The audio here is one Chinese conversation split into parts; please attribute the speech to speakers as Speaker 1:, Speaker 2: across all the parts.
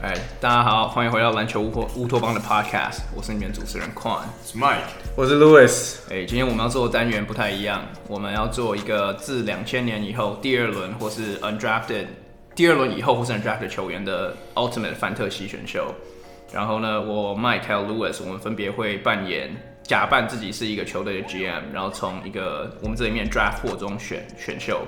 Speaker 1: 哎大家好，欢迎回到篮球乌托乌托邦的 Podcast，我是你们主持人 Quan。
Speaker 2: It's Mike，
Speaker 3: 我是 Louis，
Speaker 1: 哎，今天我们要做的单元不太一样，我们要做一个自两千年以后第二轮或是 undrafted 第二轮以后或是 undrafted 球员的 ultimate 范特西选秀。然后呢，我 Mike 还有 Lewis，我们分别会扮演假扮自己是一个球队的 GM，然后从一个我们这里面 draft 货中选选秀，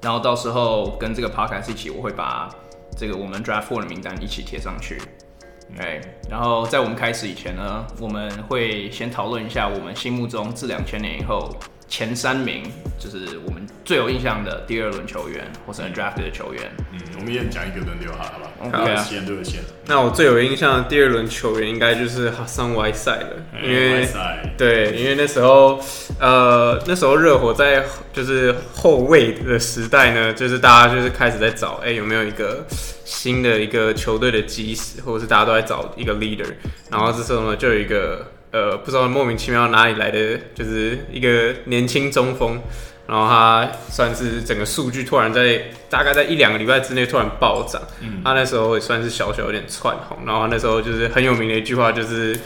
Speaker 1: 然后到时候跟这个 podcast 一起，我会把这个我们 draft 货的名单一起贴上去。哎，然后在我们开始以前呢，我们会先讨论一下我们心目中自两千年以后前三名，就是我们最有印象的第二轮球员或是 undrafted 的球员。
Speaker 2: 嗯，我们一人讲一个轮流好了，好吧？
Speaker 1: OK
Speaker 3: 啊
Speaker 2: 对了先对了先，
Speaker 3: 那我最有印象的第二轮球员应该就是 Hassan Whiteside 了，因
Speaker 2: 哎
Speaker 3: 为
Speaker 2: ，Whiteside
Speaker 3: 对，因为那时候呃那时候热火在就是后卫的时代呢，就是大家就是开始在找，哎、有没有一个新的一个球队的基石，或者是大家都在找一个 leader，然后这时候呢就有一个呃不知道莫名其妙哪里来的，就是一个年轻中锋。然后他算是整个数据突然在大概在一两个礼拜之内突然暴涨，他那时候也算是小小有点窜红，然后他那时候就是很有名的一句话就是，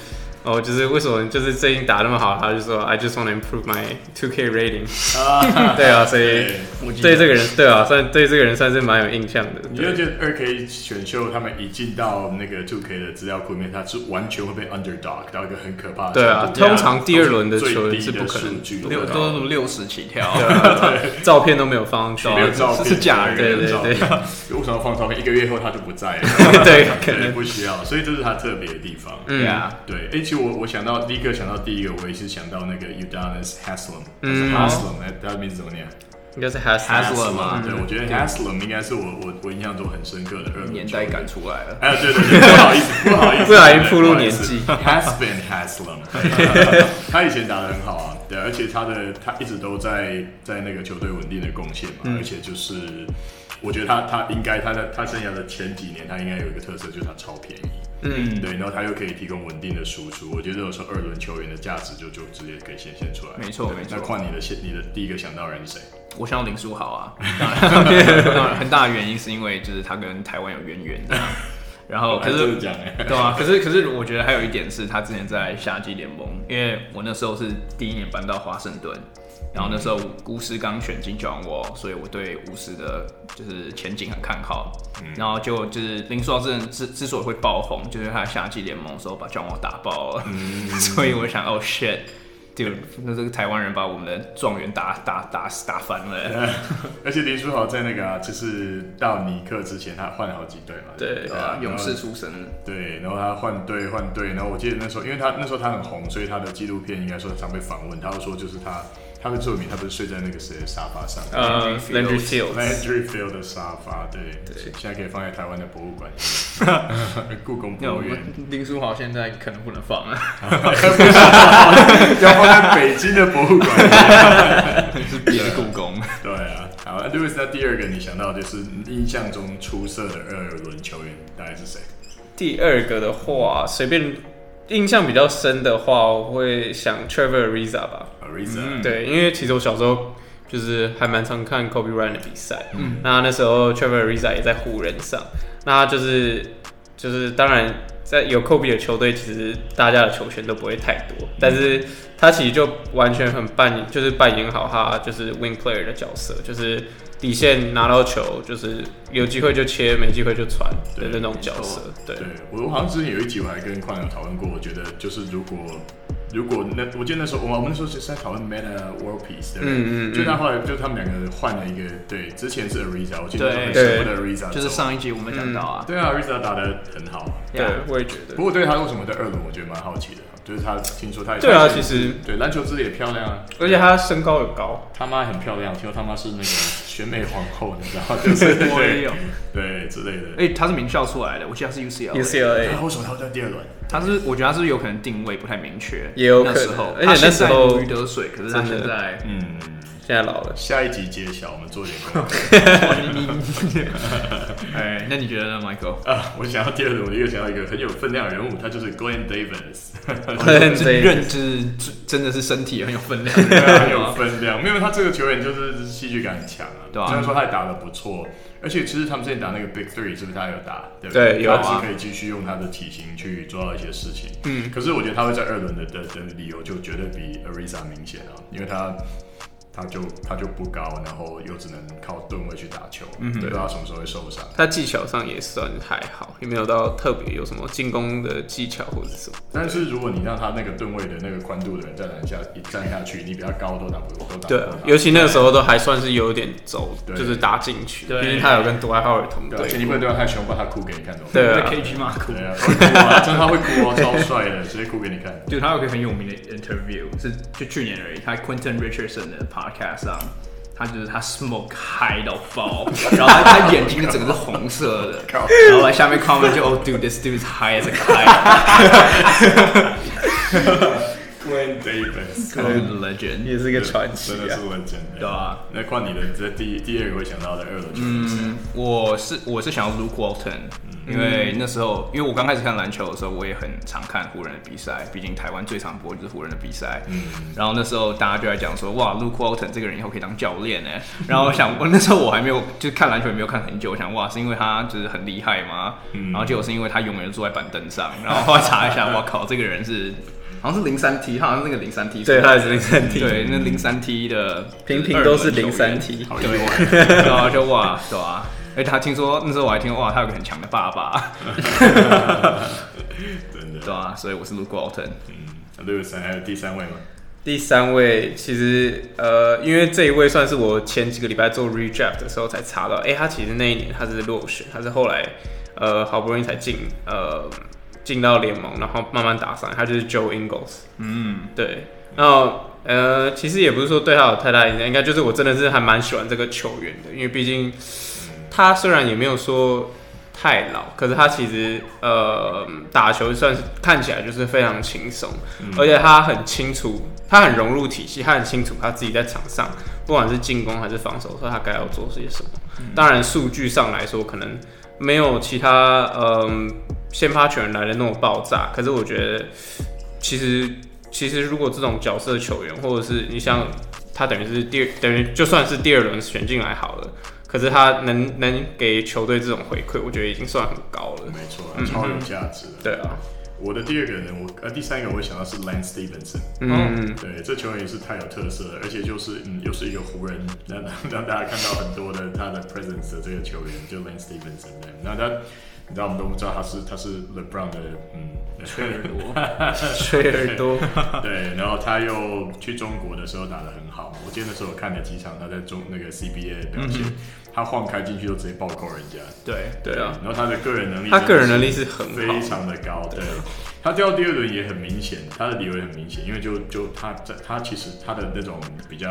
Speaker 3: 哦，就是为什么就是最近打那么好，他就说 I just want to improve my 2K rating，
Speaker 2: 啊，
Speaker 3: 对啊，所以
Speaker 2: 对，
Speaker 1: 我记得
Speaker 3: 对这个人对啊，算对这个人算是蛮有印象的，
Speaker 2: 你就
Speaker 3: 对
Speaker 2: 觉得二 K 选秀他们一进到那个 Two K 的资料库里面，他是完全会被 underdog 到一个很可怕的程度。
Speaker 3: 对啊通常第二轮的球
Speaker 2: 最低
Speaker 3: 是不可能
Speaker 2: 数据
Speaker 1: 六
Speaker 2: 对啊
Speaker 1: 都是六十起跳，
Speaker 3: 照片都没有放上
Speaker 2: 没有
Speaker 3: 去，
Speaker 2: 照片，
Speaker 1: 这是假人
Speaker 2: 没有
Speaker 3: 对
Speaker 2: 照片
Speaker 3: 对
Speaker 2: 为什么要放照片？一个月后他就不在了，
Speaker 3: 对，可
Speaker 2: 对，
Speaker 3: 能
Speaker 2: 不需要，所以这是他特别的地方。
Speaker 3: 嗯
Speaker 1: 对啊，
Speaker 2: 对，哎、其实我我想到第一个想到第一个，我也是想到那个 Udonis Haslam，
Speaker 3: 嗯
Speaker 2: Haslam，哎、他的名字怎么念
Speaker 3: 应该是 Has，
Speaker 1: Haslam 吗嗯
Speaker 2: 对，我觉得 Haslam 应该是我我我印象中很深刻的二轮
Speaker 1: 年代感
Speaker 2: 球
Speaker 1: 出来了。
Speaker 2: 员。哎，对对对，不好意思，不好意思，
Speaker 3: 不小心暴露年 纪
Speaker 2: Has been Haslam，他以 前打得很好啊，对，而且他的他一直都在在那个球队稳定的贡献嘛，
Speaker 1: 嗯
Speaker 2: 而且就是我觉得他他应该他在他生涯的前几年，他应该有一个特色，就是他超便宜。
Speaker 1: 嗯，
Speaker 2: 对，然后他又可以提供稳定的输出，我觉得有时候二轮球员的价值就就直接可以显现出来。
Speaker 1: 没错
Speaker 2: 对
Speaker 1: 没错
Speaker 2: 那换你的先，你的第一个想到的人是谁？
Speaker 1: 我想要林书豪啊，当然，当然很大的原因是因为就是他跟台湾有渊源这样。然 后哦可
Speaker 2: 还真
Speaker 1: 是
Speaker 2: 的讲哎，
Speaker 1: 对啊，可是可是我觉得还有一点是他之前在夏季联盟，因为我那时候是第一年搬到华盛顿，然后那时候巫师刚选进球王我，所以我对巫师的就是前景很看好。然后就就是林书豪之前之之所以会爆红，就是他夏季联盟的时候把球王打爆了， 所以我想哦 shit。dude，那这个台湾人把我们的状元打打打打翻了，
Speaker 2: 而且林书豪在那个啊，就是到尼克之前，他换了好几队嘛。
Speaker 3: 对
Speaker 2: 对啊，
Speaker 1: 勇士
Speaker 2: 然后。
Speaker 1: 出身。
Speaker 2: 对，然后他换队换队，然后我记得那时候，因为他那时候他很红，所以他的纪录片应该说常被访问，他就说就是他他的作品，他不是睡在那个谁的沙发上。
Speaker 1: 啊
Speaker 3: 呃
Speaker 1: Landry
Speaker 3: Landry Fields，
Speaker 2: Landry Field 的沙发，对，现在可以放在台湾的博物馆 里面，故宫
Speaker 1: 那
Speaker 2: 博
Speaker 1: 我
Speaker 2: 物院。
Speaker 1: 林书豪现在可能不能放了，
Speaker 2: 要放在北京的博物馆里面。
Speaker 1: 是别的故 宫。
Speaker 2: 对啊，好，那 Louis，那第二个你想到就是印象中出色的二轮球员大概是谁？
Speaker 3: 第二个的话，随便印象比较深的话，我会想 Trevor Ariza 吧。
Speaker 2: a r i z a
Speaker 1: 嗯
Speaker 3: 对，因为其实我小时候就是还蛮常看 Kobe Bryant 的比赛，嗯，那那时候 Trevor Ariza 也在湖人上，那他就是就是当然在有 Kobe 的球队，其实大家的球权都不会太多，但是他其实就完全很扮演，就是扮演好他就是 wing player 的角色，就是底线拿到球，就是有机会就切，没机会就传的
Speaker 2: 对
Speaker 3: 那种
Speaker 1: 没
Speaker 3: 角
Speaker 1: 错
Speaker 3: 色，对
Speaker 2: 对我我好像之前有一集我还跟矿友讨论过，我觉得就是如果如果那我记得那时候我们我们那时候是在讨论 Meta World Peace，对不对？
Speaker 3: 嗯嗯嗯
Speaker 2: 就他后来就他们两个换了一个，对，之前是 Ariza，我记得那时候很
Speaker 1: 对
Speaker 2: 舍不得 Ariza，
Speaker 1: 就是
Speaker 2: 走
Speaker 1: 上一集我们讲到啊，
Speaker 2: 对啊，Ariza 打的很好。
Speaker 3: 对
Speaker 1: Yeah，
Speaker 3: 我也觉得
Speaker 2: 不。过对他为什么在二轮，我觉得蛮好奇的，就是他听说他也
Speaker 3: 对啊，其实
Speaker 2: 对篮球之类也漂亮啊，
Speaker 3: 而且他身高有高，
Speaker 2: 他妈很漂亮，听说他妈是那个选美皇后，你知道，就是
Speaker 1: 我也
Speaker 2: 对
Speaker 1: 有。
Speaker 2: 对之类的。
Speaker 1: 哎，他是名校出来的，我记得他是 UCL。
Speaker 3: UCLA
Speaker 2: 哎然后为什么他会在第二轮？
Speaker 1: 他是我觉得他是有可能定位不太明确，
Speaker 3: 也有
Speaker 1: 那
Speaker 3: 可能
Speaker 1: 时候，
Speaker 3: 而且那时
Speaker 1: 他
Speaker 3: 候
Speaker 1: 现在如鱼得水，可是他
Speaker 3: 真的
Speaker 1: 现在
Speaker 2: 嗯，
Speaker 3: 现现在老了。
Speaker 2: 下一集揭晓，我们做一点功课
Speaker 1: 哎，那你觉得呢，Michael？
Speaker 2: 啊！我想要第二轮，我一个想要一个很有分量的人物，他就是 Glenn Davis，
Speaker 3: 对
Speaker 1: 是认知真的是身体很有分 量，
Speaker 3: 啊
Speaker 1: 啊
Speaker 2: 很啊有分量。没有他这个球员就是戏剧感很强啊，
Speaker 1: 对啊
Speaker 2: 虽然说他也打得不错，而且其实他们之前打那个 Big Three 是不是他有打？对不
Speaker 3: 对有啊
Speaker 2: 他只可以继续用他的体型去做到一些事情。嗯，可是我觉得他会在二轮的的的理由就绝对比 Ariza 明显啊，因为他。他就他就不高，然后又只能靠吨位去打球，嗯、对，不知道他什么时候会受伤。
Speaker 3: 他技巧上也算还好，也没有到特别有什么进攻的技巧或者什么。
Speaker 2: 但是如果你让他那个吨位的那个宽度的人再篮下一站下去，你比他高都打不都打不
Speaker 3: 对
Speaker 2: 过
Speaker 3: 啊，
Speaker 2: 他
Speaker 3: 尤其那个时候都还算是有点走，
Speaker 2: 对
Speaker 3: 就是打进去，
Speaker 1: 对
Speaker 3: 毕竟他有跟杜兰特尔同
Speaker 2: 对啊，而
Speaker 3: 队
Speaker 2: 且。你不能对他太凶，把他哭给你看怎么办？
Speaker 3: 对啊
Speaker 1: KG 马库，
Speaker 2: 对啊，会哭啊，真的他会哭哦，超帅的，直接哭给你 看。
Speaker 1: 就他有个很有名的 interview，是就去年而已，他 Quentin Richardson 的 podcast 上，他就是他 smoke 嗨到爆，然后他他眼睛整个是红色 的，然后来下面 comment 就 Oh dude this dude is high as a kite，
Speaker 2: Glenn Davis，
Speaker 1: 真的是 legend，
Speaker 3: 也是一个传奇
Speaker 2: 真的
Speaker 3: 啊
Speaker 2: 是！文真
Speaker 1: 对吧？
Speaker 2: 那换你的，这第第二个会想到的二轮球员是
Speaker 3: 嗯
Speaker 2: 谁？
Speaker 1: 我是我是想要 Luke Walton，因为那时候因为我刚开始看篮球的时候，我也很常看湖人的比赛，毕竟台湾最常播就是湖人的比赛。然后那时候大家就在讲说，哇，Luke Walton 这个人以后可以当教练哎。 然后我想，我那时候我还没有就看篮球也没有看很久，我想哇，是因为他就是很厉害吗？
Speaker 3: 嗯
Speaker 1: 然后结果是因为他永远坐在板凳上。 然后后来查一下，哇靠，这个人是好像是零三 T，他好像是那个零三 T，
Speaker 3: 对，他也是零三 T，
Speaker 1: 对，那零三 T 的
Speaker 3: 频频都是
Speaker 1: 二轮球员
Speaker 3: 零三 T。
Speaker 2: 好意
Speaker 1: 对
Speaker 2: 外，
Speaker 1: 然后就哇，对啊。而且他听说那时候我还听说哇，他有个很强的爸 爸，
Speaker 2: 真
Speaker 1: 对
Speaker 2: 的。
Speaker 1: 啊，所以我是 Luke Walton。
Speaker 2: 嗯，Lewis 还有第三位吗？
Speaker 3: 第三位其实呃，因为这一位算是我前几个礼拜做 redraft 的时候才查到，哎、他其实那一年他是落选，他是后来呃好不容易才进呃进到联盟，然后慢慢打上来，他就是 Joe Ingles。
Speaker 1: 嗯，
Speaker 3: 对，然后呃，其实也不是说对他有太大影响，应该就是我真的是还蛮喜欢这个球员的，因为毕竟他虽然也没有说太老，可是他其实呃打球算是看起来就是非常轻松，而且他很清楚，他很融入体系，他很清楚他自己在场上不管是进攻还是防守的时候，他该要做些什么。当然，数据上来说可能没有其他嗯、先发球员来的那么爆炸，可是我觉得其实其实如果这种角色球员，或者是你像他等于是第二等于就算是第二轮选进来好了，可是他能能给球队这种回馈，我觉得已经算很高了。
Speaker 2: 没错，嗯超有价值的。
Speaker 3: 对啊，
Speaker 2: 我的第二个人，我呃第三个我会想到是 Lance Stevenson。
Speaker 3: 嗯，
Speaker 2: 对，这球员也是太有特色了，而且就是嗯，又是一个湖人，让 让大家看到很多的他的 presence 的这个球员，就 Lance Stevenson 这样那他，你知道我们都不知道他是他是 LeBron 的嗯吹耳朵，
Speaker 3: 吹耳朵，
Speaker 2: 对，然后他又去中国的时候打得很好，我记得那时候我看了几场他在中那个 CBA 的表
Speaker 3: 嗯
Speaker 2: 现，他晃开进去就直接暴扣人家，
Speaker 1: 对，
Speaker 3: 对啊，
Speaker 2: 然后他的个人能力，
Speaker 3: 他个人能力是很
Speaker 2: 非
Speaker 3: 好，
Speaker 2: 常的高，对。他掉第二轮也很明显，他的理由也很明显，因为就就他在他其实他的那种比较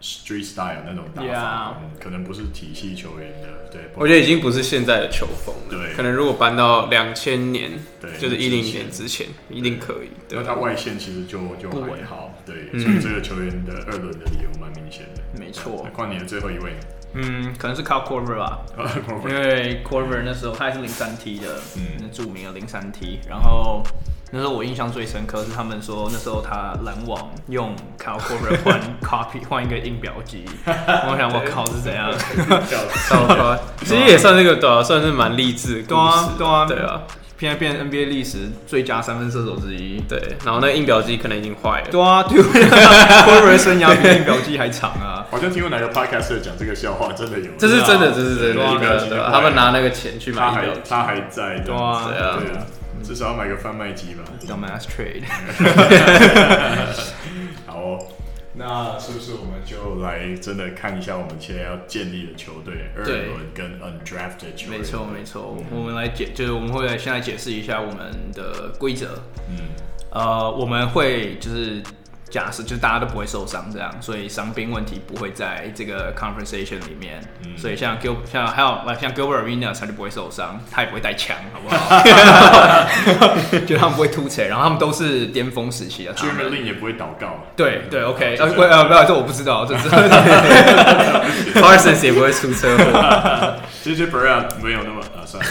Speaker 2: street style 那种打法
Speaker 1: Yeah
Speaker 2: 嗯可能不是体系球员的，对。
Speaker 3: 我觉得已经不是现在的球风了。
Speaker 2: 对
Speaker 3: 可能如果搬到两千年，
Speaker 2: 对
Speaker 3: 就是一
Speaker 2: 之
Speaker 3: 零
Speaker 2: 前啊
Speaker 3: 年之前，一定可以。对
Speaker 2: 因
Speaker 3: 啊
Speaker 2: 为，他外线其实就就还好，对，
Speaker 3: 嗯
Speaker 2: 所以这个球员的二轮的理由蛮明显的。
Speaker 1: 没错
Speaker 2: 那。换你的最后一位，
Speaker 1: 嗯，可能是靠 Corver 吧，因为 Corver 那时候他也是零三 T 的，嗯，著名的零三 T。然后那时候我印象最深刻是他们说那时候他篮网用 Cal Corver 换 copy 换一个印表 机，我想我靠是怎样？
Speaker 3: 糟糕，其实也算这个对啊，算是蛮励志的故
Speaker 1: 对啊
Speaker 3: 事，
Speaker 1: 对啊
Speaker 3: 对啊，
Speaker 1: 现在变成 NBA 历史最佳三分射手之一，啊
Speaker 3: 对。然后那个印表机可能已经坏了，
Speaker 1: 对啊， 对，Corver 生涯 比印表机还长啊。
Speaker 2: 好像听过哪个 podcast 讲这个笑话，真的有，
Speaker 3: 这是真的，这是真
Speaker 2: 对啊
Speaker 3: 的，
Speaker 2: 对啊
Speaker 3: 对啊，他们拿那个钱去买
Speaker 2: 他
Speaker 3: 印表
Speaker 2: 还
Speaker 3: 机。
Speaker 2: 他还在，对
Speaker 1: 啊
Speaker 2: 对啊，至少要买个贩卖机吧。
Speaker 1: Dumbass trade。
Speaker 2: 好、哦，那是不是我们就来真的看一下我们现在要建立的球队二
Speaker 1: 对
Speaker 2: 轮跟 undrafted 球员？
Speaker 1: 没错，没错。我们来解，就是我们会来先来解释一下我们的规则。
Speaker 2: 嗯，
Speaker 1: 呃，我们会就是假设就是大家都不会受伤这样，所以伤兵问题不会在这个 conversation 里面。所以像 Gil 像还有像 Gilbert Arenas 他就不会受伤，他也不会带枪，好不好？就他们不会突锤，然后他们都是巅峰时期的他
Speaker 2: j e r m
Speaker 1: 们。
Speaker 2: y Lin 也不会祷告，嗯
Speaker 1: 对对，OK，
Speaker 2: 这
Speaker 1: 呃，
Speaker 2: 个
Speaker 1: 不呃，不要，这我不知道，这是
Speaker 3: Parsons 也不会出车祸。
Speaker 2: 其实 Brea 没有那么啊，算了，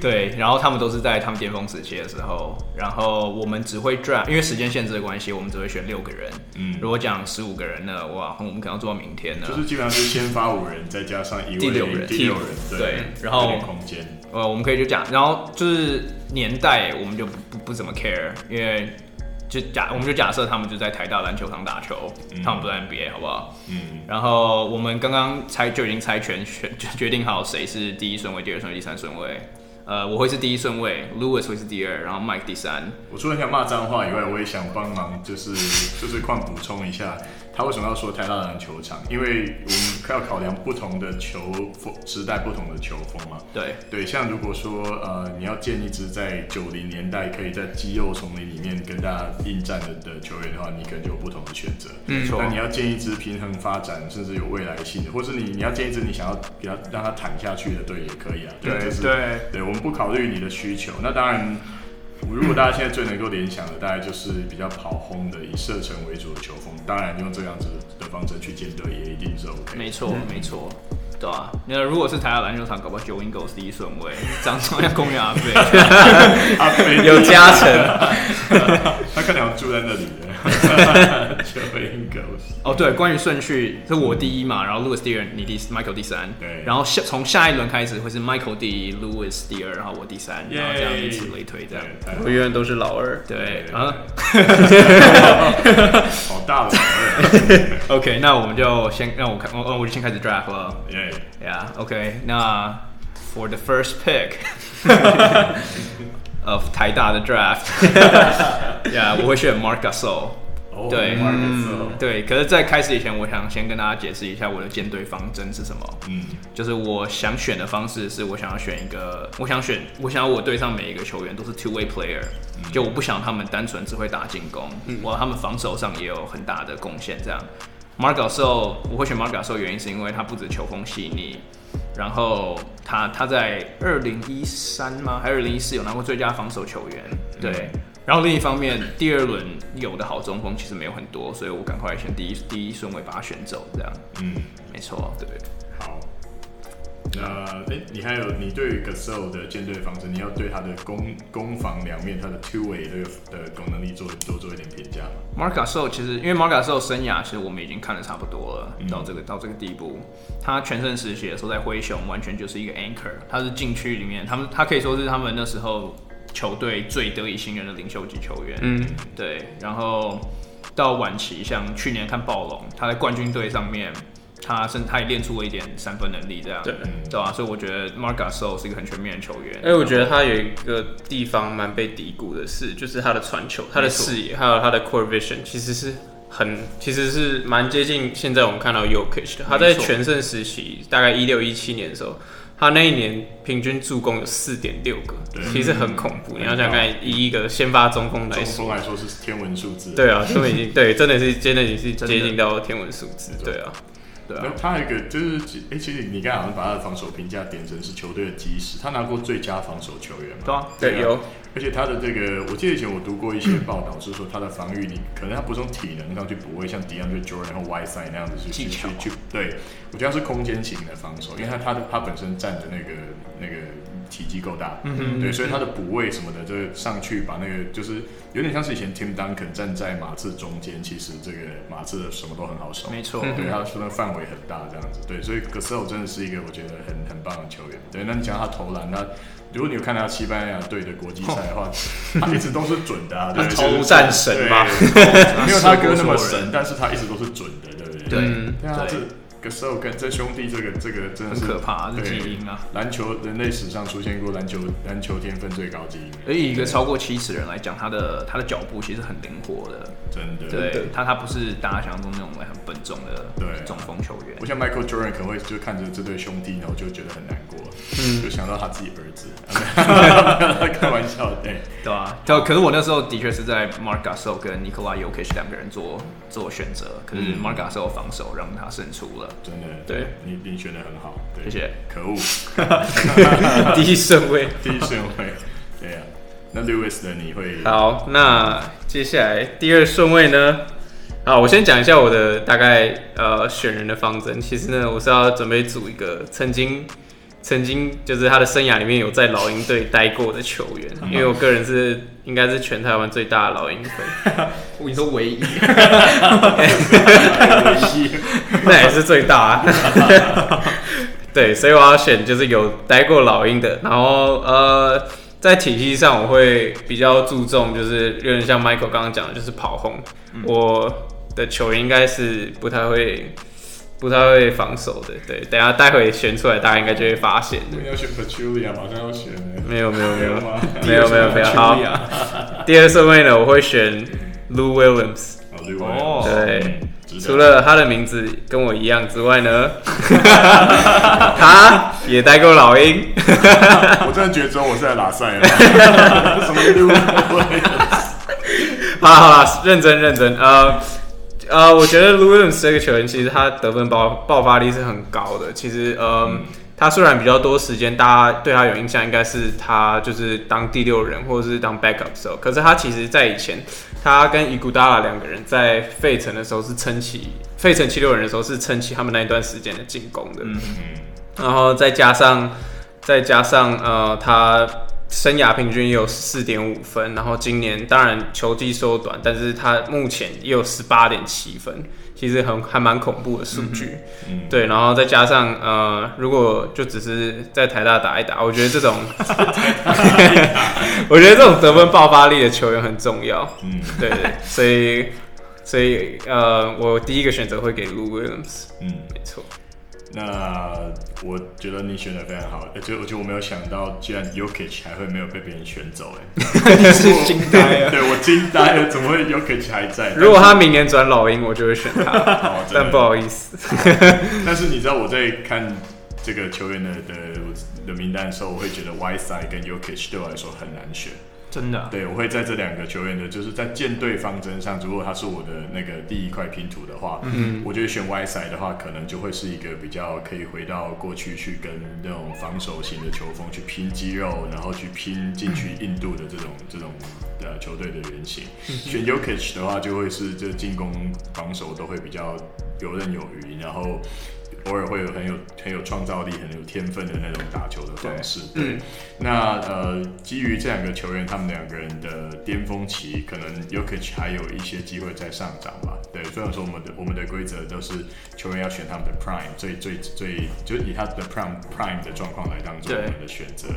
Speaker 1: 对，然后他们都是在他们巅峰时期的时候，然后我们只会 draft，因为时间限制的关系，我们只会选六个人。
Speaker 2: 嗯
Speaker 1: 如果讲十五个人呢，哇，我们可能要做到明天呢。
Speaker 2: 就是基本上是先发五人，再加上一位
Speaker 1: 第六人
Speaker 2: 第六人，
Speaker 1: 对
Speaker 2: 对，
Speaker 1: 然后
Speaker 2: 有点空间，
Speaker 1: 呃，我们可以就讲，然后就是年代，我们就不不不怎么 care，因为就假我们就假设他们就在台大篮球场打球，他们不在 NBA，好不好？
Speaker 2: 嗯，
Speaker 1: 然后我们刚刚猜就已经猜拳选就决定好谁是第一顺位、第二顺位、第三顺位。呃，我会是第一顺位，Lewis 会是第二，然后 Mike 第三。
Speaker 2: 我除了想骂脏话以外，我也想帮忙，就是就是矿补充一下，他为什么要说台大篮球场？因为我们要考量不同的球风时代，不同的球风嘛。
Speaker 1: 对，
Speaker 2: 对，像如果说呃，你要建一支在九零年代可以在肌肉丛林里面跟大家应战的的球员的话，你可能就有不同的选择。
Speaker 1: 没错
Speaker 2: 那你要建一支平衡发展，甚至有未来性的，或是你你要建一支你想要给他让他躺下去的队也可以啊。
Speaker 1: 对
Speaker 2: 就是
Speaker 1: 对
Speaker 2: 对，我们不考虑你的需求。那当然，如果大家现在最能够联想的，大概就是比较跑轰的，以射程为主的球风。当然，用这样子的方针去建队也一定是 OK 的。
Speaker 1: 没
Speaker 3: 嗯
Speaker 1: 错，没错，对啊。那如果是台大篮球场，搞不好 Joe Ingles 第一顺位，长中央公园阿贝。
Speaker 2: 阿 飞
Speaker 3: 有加成，
Speaker 2: 啊 他可能要住在那里的，就应该是
Speaker 1: 哦，对，关于顺序是我第一嘛，然后 Lewis 第二，你第 Michael 第三，
Speaker 2: 对
Speaker 1: 然后下从下一轮开始会是 Michael 第一，Lewis 第二，然后我第三，然后这样一直类推这样。
Speaker 2: 太
Speaker 3: 我永远都是老二。
Speaker 1: 对
Speaker 2: 对
Speaker 1: 啊
Speaker 2: 好大了，
Speaker 1: ，OK，那我们就先让我看，我我就先开始 draft 了。
Speaker 2: 耶！
Speaker 1: Yeah，OK，、那 for the first pick of 台大的 draft，Yeah，我会选 Mark Gasol。
Speaker 2: 哦
Speaker 1: 对
Speaker 2: 华尔街之后
Speaker 1: 对，可是，在开始以前，我想先跟大家解释一下我的舰队方针是什么。
Speaker 2: 嗯，
Speaker 1: 就是我想选的方式是我想要选一个，我想选，我想要我队上每一个球员都是 two way player，、就我不想他们单纯只会打进攻，我要他们防守上也有很大的贡献。这样 m a r g a s o 我会选 m a r g a s o 原因是因为他不止球风细腻，然后他他在二零一三吗？还是二零一四有拿过最佳防守球员？对。然后另一方面，第二轮有的好中锋其实没有很多，所以我赶快选第一第一顺位把他选走，这样
Speaker 2: 嗯，
Speaker 1: 没错，对。
Speaker 2: 好。那哎，你还有你对 Gasol 的舰队方针，你要对他的攻攻防两面，他的 two way 这个的功能力做多做一点评价吗？
Speaker 1: Marc a s o 其实，因为 Marc a s o 生涯其实我们已经看的差不多了，
Speaker 2: 嗯
Speaker 1: 到这个到这个地步，他全盛时期的时候在灰熊完全就是一个 anchor，他是禁区里面，他们他可以说是他们那时候球队最得以信任的领袖级球员，
Speaker 3: 嗯，
Speaker 1: 对，然后到晚期，像去年看暴龙，他在冠军队上面，他甚他也练出了一点三分能力，这样
Speaker 3: 对
Speaker 2: 嗯
Speaker 1: 对啊，所以我觉得 Marc a s o 是一个很全面的球员，
Speaker 3: 哎，我觉得他有一个地方蛮被低估的是，就是他的传球、他的视野，还有他的 core vision，其实是很，其实是蛮接近现在我们看到 y o k i c 的。他在
Speaker 1: 没错
Speaker 3: 全盛时期，大概一六一七年的时候，他那一年平均助攻有四点六个，其实很恐
Speaker 1: 嗯
Speaker 3: 怖。你要想看以一个先发中锋来
Speaker 2: 中
Speaker 3: 说，
Speaker 2: 锋来说是天文数字，
Speaker 3: 对啊，他们已经对，真的是真的已经是
Speaker 1: 真的
Speaker 3: 接近到天文数字，对啊，
Speaker 1: 对
Speaker 2: 然
Speaker 1: 啊
Speaker 2: 后，他还有一个就是，哎、其实你刚才好像把他的防守评价点成是球队的基石，他拿过最佳防守球员嘛。
Speaker 1: 对啊，
Speaker 3: 对
Speaker 2: 啊
Speaker 3: 有。
Speaker 2: 而且他的这个，我记得以前我读过一些报道，是说他的防御，你可能他不是用体能上去补位，像 DeAndre Jordan 或 Y 赛那样子去
Speaker 1: 技
Speaker 2: 去
Speaker 1: 巧
Speaker 2: 去去，对我觉得他是空间型的防守，因为他他的他本身站的那个那个体积够大，嗯对，所以他的补位什么的，就是上去把那个就是有点像是以前 Tim Duncan 站在马刺中间，其实这个马刺的什么都很好守，
Speaker 1: 没 错，
Speaker 2: 对，他说那范围很大这样子，对，所以 g a s o 真的是一个我觉得很很棒的球员。对，那你讲他投篮，那如果你有看他西班牙队的国际赛的话，他一直都是准的、啊，对，
Speaker 3: 他是投战神吧
Speaker 2: 对？没有他哥那
Speaker 1: 他是过
Speaker 2: 么
Speaker 1: 错人
Speaker 2: 神，但是他一直都是准的，对不对？
Speaker 1: 对
Speaker 3: 嗯
Speaker 2: 对啊，这
Speaker 1: 对
Speaker 2: g a s o 跟这兄弟这个这个真的
Speaker 1: 很
Speaker 2: 是
Speaker 1: 可怕，是
Speaker 2: 对
Speaker 1: 基因啊。
Speaker 2: 篮球人类史上出现过篮球篮球天分最高基因，
Speaker 1: 而以一个超过七尺的人来讲，他的他的脚步其实很灵活的，
Speaker 2: 真的。
Speaker 1: 对他他不是大家想象中那种很笨重的
Speaker 2: 对
Speaker 1: 中锋球员
Speaker 2: 我。像 Michael Jordan 可能会就看着这对兄弟，然后就觉得很难过。
Speaker 3: 嗯
Speaker 2: 就想到他自己儿子， 开玩笑，对，
Speaker 1: 对啊，就可是我那时候的确是在 Mark Gasol 跟 Nikola Jokic 两个人做做选择，可是 Mark Gasol 防守让他胜出了。
Speaker 2: 真的，
Speaker 3: 对
Speaker 2: 你你选的很好，对
Speaker 1: 谢谢
Speaker 2: 可恶，
Speaker 3: 第一顺位。
Speaker 2: 第一顺位， 对啊，那 Lewis 呢？你会
Speaker 3: 嗯好，那接下来第二顺位呢？啊，我先讲一下我的大概呃选人的方针。其实呢，我是要准备组一个曾经曾经就是他的生涯里面有在老鹰队待过的球员，因为我个人是应该是全台湾最大的老鹰粉，
Speaker 1: 你说唯一，
Speaker 3: 那也是最大、啊。对，所以我要选就是有待过老鹰的，然后呃，在体系上我会比较注重，就是有点像 Michael 刚刚讲的，就是跑轰。我的球员应该是不太会。不太会防守的，对，等一下待会选出来，大家应该就会发现的。
Speaker 2: 你要选 Pachulia，马上要选了，
Speaker 3: 没有没有没有
Speaker 2: 没有吗
Speaker 3: 没有没有没有。好，第二顺位呢，我会选 Lou Williams。
Speaker 2: 哦，Lewis，
Speaker 1: 哦
Speaker 3: 对
Speaker 2: 嗯值，得
Speaker 3: 除了他的名字跟我一样之外呢，他也待过老鹰。
Speaker 2: 我真的觉得只有我是在 拉塞了，什么 Lewis？
Speaker 3: 好了好了，认真认真。呃呃，我觉得 l u w i l s 这个球员其实他得分爆爆发力是很高的。其实呃，他虽然比较多时间，大家对他有印象应该是他就是当第六人或者是当 backup 的时候，可是他其实在以前，他跟伊古达拉两个人在费城的时候是撑起费城七六人的时候是撑起他们那一段时间的进攻的。
Speaker 2: 嗯
Speaker 3: 然后再加上再加上呃，他生涯平均也有四点五分，然后今年当然球季缩短，但是他目前也有十八点七分，其实很还蛮恐怖的数据。对，然后再加上呃，如果就只是在台大打一打，我觉得这种， 我觉得这种得分爆发力的球员很重要。
Speaker 2: 嗯，
Speaker 3: 对，所以所以呃，我第一个选择会给 Lou Williams，
Speaker 2: 嗯。
Speaker 3: 没错。
Speaker 2: 那我觉得你选的非常好，而且我觉得我没有想到，居然 Yokich 还会没有被别人选走，哎，
Speaker 1: 你是惊呆了。
Speaker 2: 对我惊呆了，怎么会 Yokich 还 在？
Speaker 3: 如果他明年转老鹰，我就会选 他，
Speaker 2: 哦真
Speaker 3: 但
Speaker 2: 的
Speaker 3: 不好意 思，
Speaker 2: 但是你知道我在看这个球员的的的名单的时候，我会觉得 Y side 跟 Yokich 对我来说很难选。
Speaker 1: 真的啊，
Speaker 2: 对，我会在这两个球员的，就是在舰队方针上，如果他是我的那个第一块拼图的话，嗯，我觉得选 Y side 的话，可能就会是一个比较可以回到过去去跟那种防守型的球风去拼肌肉，然后去拼进去印度的这种这种的球队的原型。选 Yokich 的话，就会是这进攻防守都会比较游刃有余，然后。偶尔会有很有很有创造力、很有天分的那种打球的方式。对，嗯那呃，基于这两个球员他们两个人的巅峰期，可能 Yokich 还有一些机会再上涨吧。对，虽然说我们的我们的规则都是球员要选他们的 prime 最最最，就是以他的 prime prime 的状况来当做我
Speaker 1: 对
Speaker 2: 们的选择。